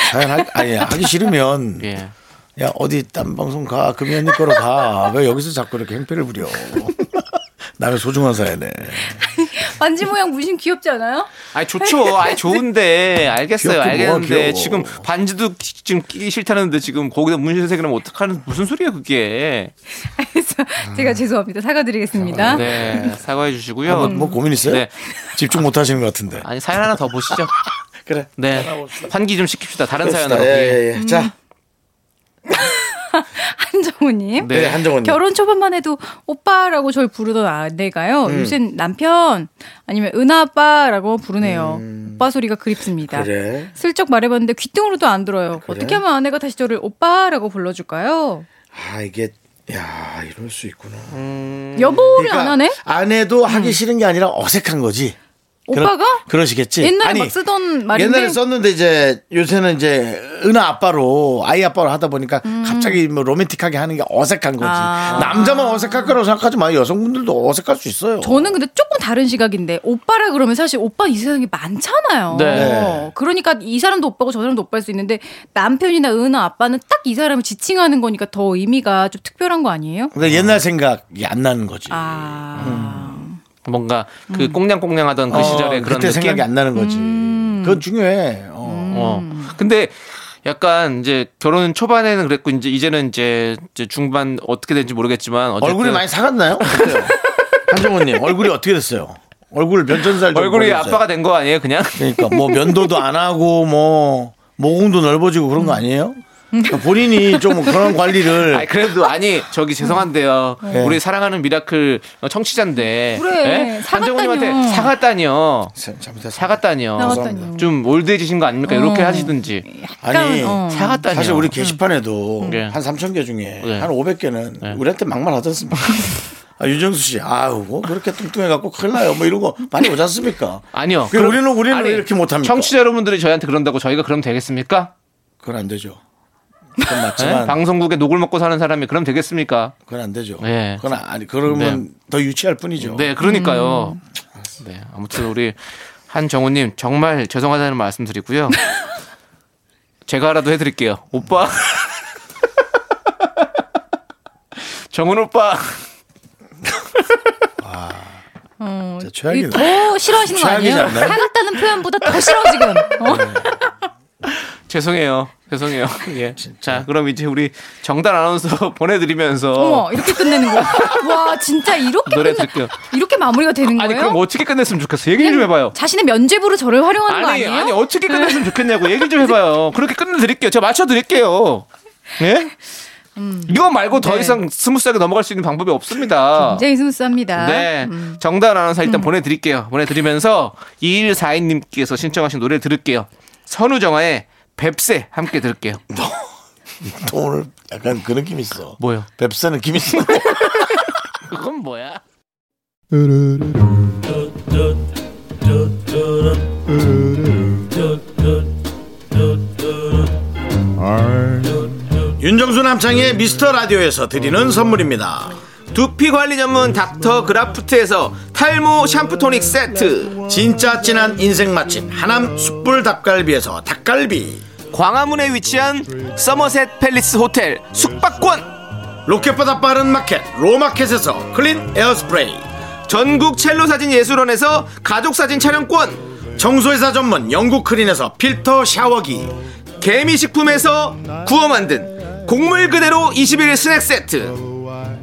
S1: 자연 하, 아니 하기 싫으면
S2: 예.
S1: 야 어디 딴 방송 가 금연 니 거로 가왜 여기서 자꾸 이렇게 행패를 부려? 남의 소중한 사연에
S5: 반지 모양 문신 귀엽지 않아요?
S2: 아니 좋죠. 아니 좋은데
S1: 귀엽긴
S2: 알겠어요.
S1: 뭐가
S2: 알겠는데
S1: 귀여워.
S2: 지금 반지도 기- 지금 끼기 싫다는데 지금 거기다 문신 색이면 어떡하는 무슨 소리야 그게.
S5: 그래서 제가 죄송합니다. 음. 사과드리겠습니다.
S2: 네. 사과해 주시고요.
S1: 뭐 고민 있어요?
S2: 네.
S1: 집중 못 하시는 것 같은데.
S2: 아니 사연 하나 더 보시죠.
S1: 그래.
S2: 네. 환기 좀 시킵시다. 다른
S1: 그럽시다.
S2: 사연으로.
S1: 예,
S2: 예.
S1: 예, 예. 자,
S5: 한정우님.
S1: 네,
S2: 네.
S1: 한정원 님.
S5: 결혼 초반만 해도 오빠라고 저를 부르던 아내가요. 요새 남편 아니면 은하 아빠라고 부르네요. 오빠 소리가 음. 그립습니다.
S1: 그래.
S5: 슬쩍 말해봤는데 귀등으로도 안 들어요. 어떻게 하면 아내가 다시 저를 오빠라고 불러줄까요?
S1: 아 이게 야 이럴 수 있구나.
S5: 음, 여보를 안 하네?
S1: 안 해도 하기 싫은 게 아니라 어색한 거지.
S5: 오빠가?
S1: 그러, 시겠지
S5: 옛날에 막 쓰던 말인데
S1: 옛날에 썼는데 이제 요새는 이제 은하 아빠로 아이 아빠로 하다 보니까 갑자기 뭐 로맨틱하게 하는 게 어색한 거지.
S5: 음. 아.
S1: 남자만 어색할 거라고 생각하지 마. 여성분들도 어색할 수 있어요.
S5: 저는 근데 조금 다른 시각인데 오빠라 그러면 사실 오빠 이 세상에 많잖아요.
S2: 네.
S5: 그러니까 이 사람도 오빠고 저 사람도 오빠일 수 있는데 남편이나 은하 아빠는 딱 이 사람을 지칭하는 거니까 더 의미가 좀 특별한 거 아니에요?
S1: 근데 옛날 생각이 안 나는 거지.
S5: 아.
S1: 음.
S2: 뭔가 그
S5: 음.
S2: 꽁냥꽁냥하던 그
S1: 어,
S2: 시절의 그런
S1: 그때
S2: 느낌.
S1: 생각이 안 나는 거지.
S5: 음.
S1: 그건 중요해. 어.
S2: 어. 근데 약간 이제 결혼 초반에는 그랬고 이제 이제는 이제, 이제 중반 어떻게 된지 모르겠지만 어쨌든
S1: 얼굴이 많이 사갔나요? 어때요? 한정호님 얼굴이 어떻게 됐어요? 얼굴 면전살 좀
S2: 얼굴이
S1: 보여주세요.
S2: 아빠가 된 거 아니에요 그냥
S1: 그러니까 뭐 면도도 안 하고 뭐 모공도 넓어지고 그런 거 아니에요? 그러니까 본인이 좀 그런 관리를
S2: 아니 그래도 아니 저기 죄송한데요
S1: 음. 네.
S2: 우리 사랑하는 미라클 청취자인데
S5: 그래,
S2: 예?
S5: 사갔다뇨.
S2: 한정우님한테 사갔다니요
S1: 잘못했어요.
S2: 사갔다니요
S5: 나갔다뇨.
S2: 좀 올드해지신 거 아닙니까
S5: 어.
S2: 이렇게 하시든지
S1: 아니,
S2: 어. 사갔다니요
S1: 사실 우리 게시판에도
S2: 네.
S1: 한 3천 개 중에
S2: 네.
S1: 한 500개는 우리한테 막말 하지 않습니까? 아, 윤정수 씨, 아우, 뭐 그렇게 뚱뚱해갖고 큰일 나요. 뭐 이런 거 많이 오지 않습니까?
S2: 아니요
S1: 그럼 우리는, 우리는
S2: 아니,
S1: 왜 이렇게 못합니까?
S2: 청취자 여러분들이 저희한테 그런다고 저희가 그럼 되겠습니까
S1: 그건 안 되죠. 그건
S2: 예?
S1: 맞지만,
S2: 방송국에 녹을 먹고 사는 사람이 그럼 되겠습니까
S1: 그건 안 되죠.
S2: 네.
S1: 그건 아니, 그러면 더 유치할 뿐이죠.
S2: 네, 그러니까요.
S5: 음.
S2: 네, 아무튼 우리 한정우님 정말 죄송하다는 말씀드리고요. 제가라도 해드릴게요, 오빠. 정훈 오빠.
S5: 어,
S1: 진짜 최악이네.
S5: 이더 싫어하시는 거
S1: 음. 최악이지
S5: 아니에요?
S1: 않나요? 네.
S5: 사갔다는 표현보다 더 싫어 지금. 어?
S2: 죄송해요. 죄송해요. 예. 자, 그럼 이제 우리 정단 아나운서 보내드리면서
S5: 어머 이렇게 끝내는 거. 와 진짜 이렇게
S2: 노래
S5: 끝내-
S2: 들을게요.
S5: 이렇게 마무리가 되는
S2: 아니
S5: 거예요?
S2: 그럼 어떻게 끝냈으면 좋겠어? 얘기 좀 해봐요.
S5: 자신의 면죄부로 저를 활용하는 거
S2: 아니,
S5: 아니에요?
S2: 아니 어떻게 끝냈으면 좋겠냐고 얘기 좀 해봐요. 그렇게 끝내드릴게요. 제가 맞춰드릴게요. 예? 이거 말고 더
S5: 네.
S2: 이상 스무스하게 넘어갈 수 있는 방법이 없습니다.
S5: 굉장히 스무스합니다.
S2: 네.
S5: 음.
S2: 정다은 아나운서 일단 보내드릴게요. 보내드리면서 2142님께서 신청하신 노래 들을게요. 선우정아의 뱁새 함께 들을게요.
S1: 또 오늘 약간 그 느낌 있어.
S2: 뭐요?
S1: 뱁새는 김이 있어.
S2: 그건 뭐야?
S1: 윤정수 남창의 미스터 라디오에서 드리는 선물입니다.
S2: 두피 관리 전문 닥터 그라프트에서 탈모 샴푸 토닉 세트.
S1: 진짜 진한 인생 맛집 하남 숯불 닭갈비에서 닭갈비
S2: 광화문에 위치한 서머셋 팰리스 호텔 숙박권.
S1: 로켓보다 빠른 마켓 로마켓에서 클린 에어스프레이
S2: 전국 첼로 사진 예술원에서 가족 사진 촬영권.
S1: 청소회사 전문 영국 크린에서 필터 샤워기
S2: 개미식품에서 구워 만든 곡물 그대로 21 스낵 세트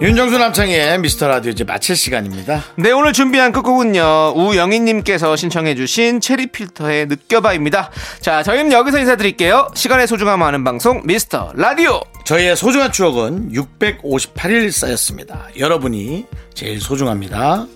S1: 윤정수 남창의 미스터 라디오 이제 마칠 시간입니다.
S2: 네 오늘 준비한 끝곡은요 우영희님께서 신청해주신 체리필터의 느껴봐입니다 자 저희는 여기서 인사드릴게요 시간의 소중함 아는 방송 미스터 라디오
S1: 저희의 소중한 추억은 658일 쌓였습니다. 여러분이 제일 소중합니다.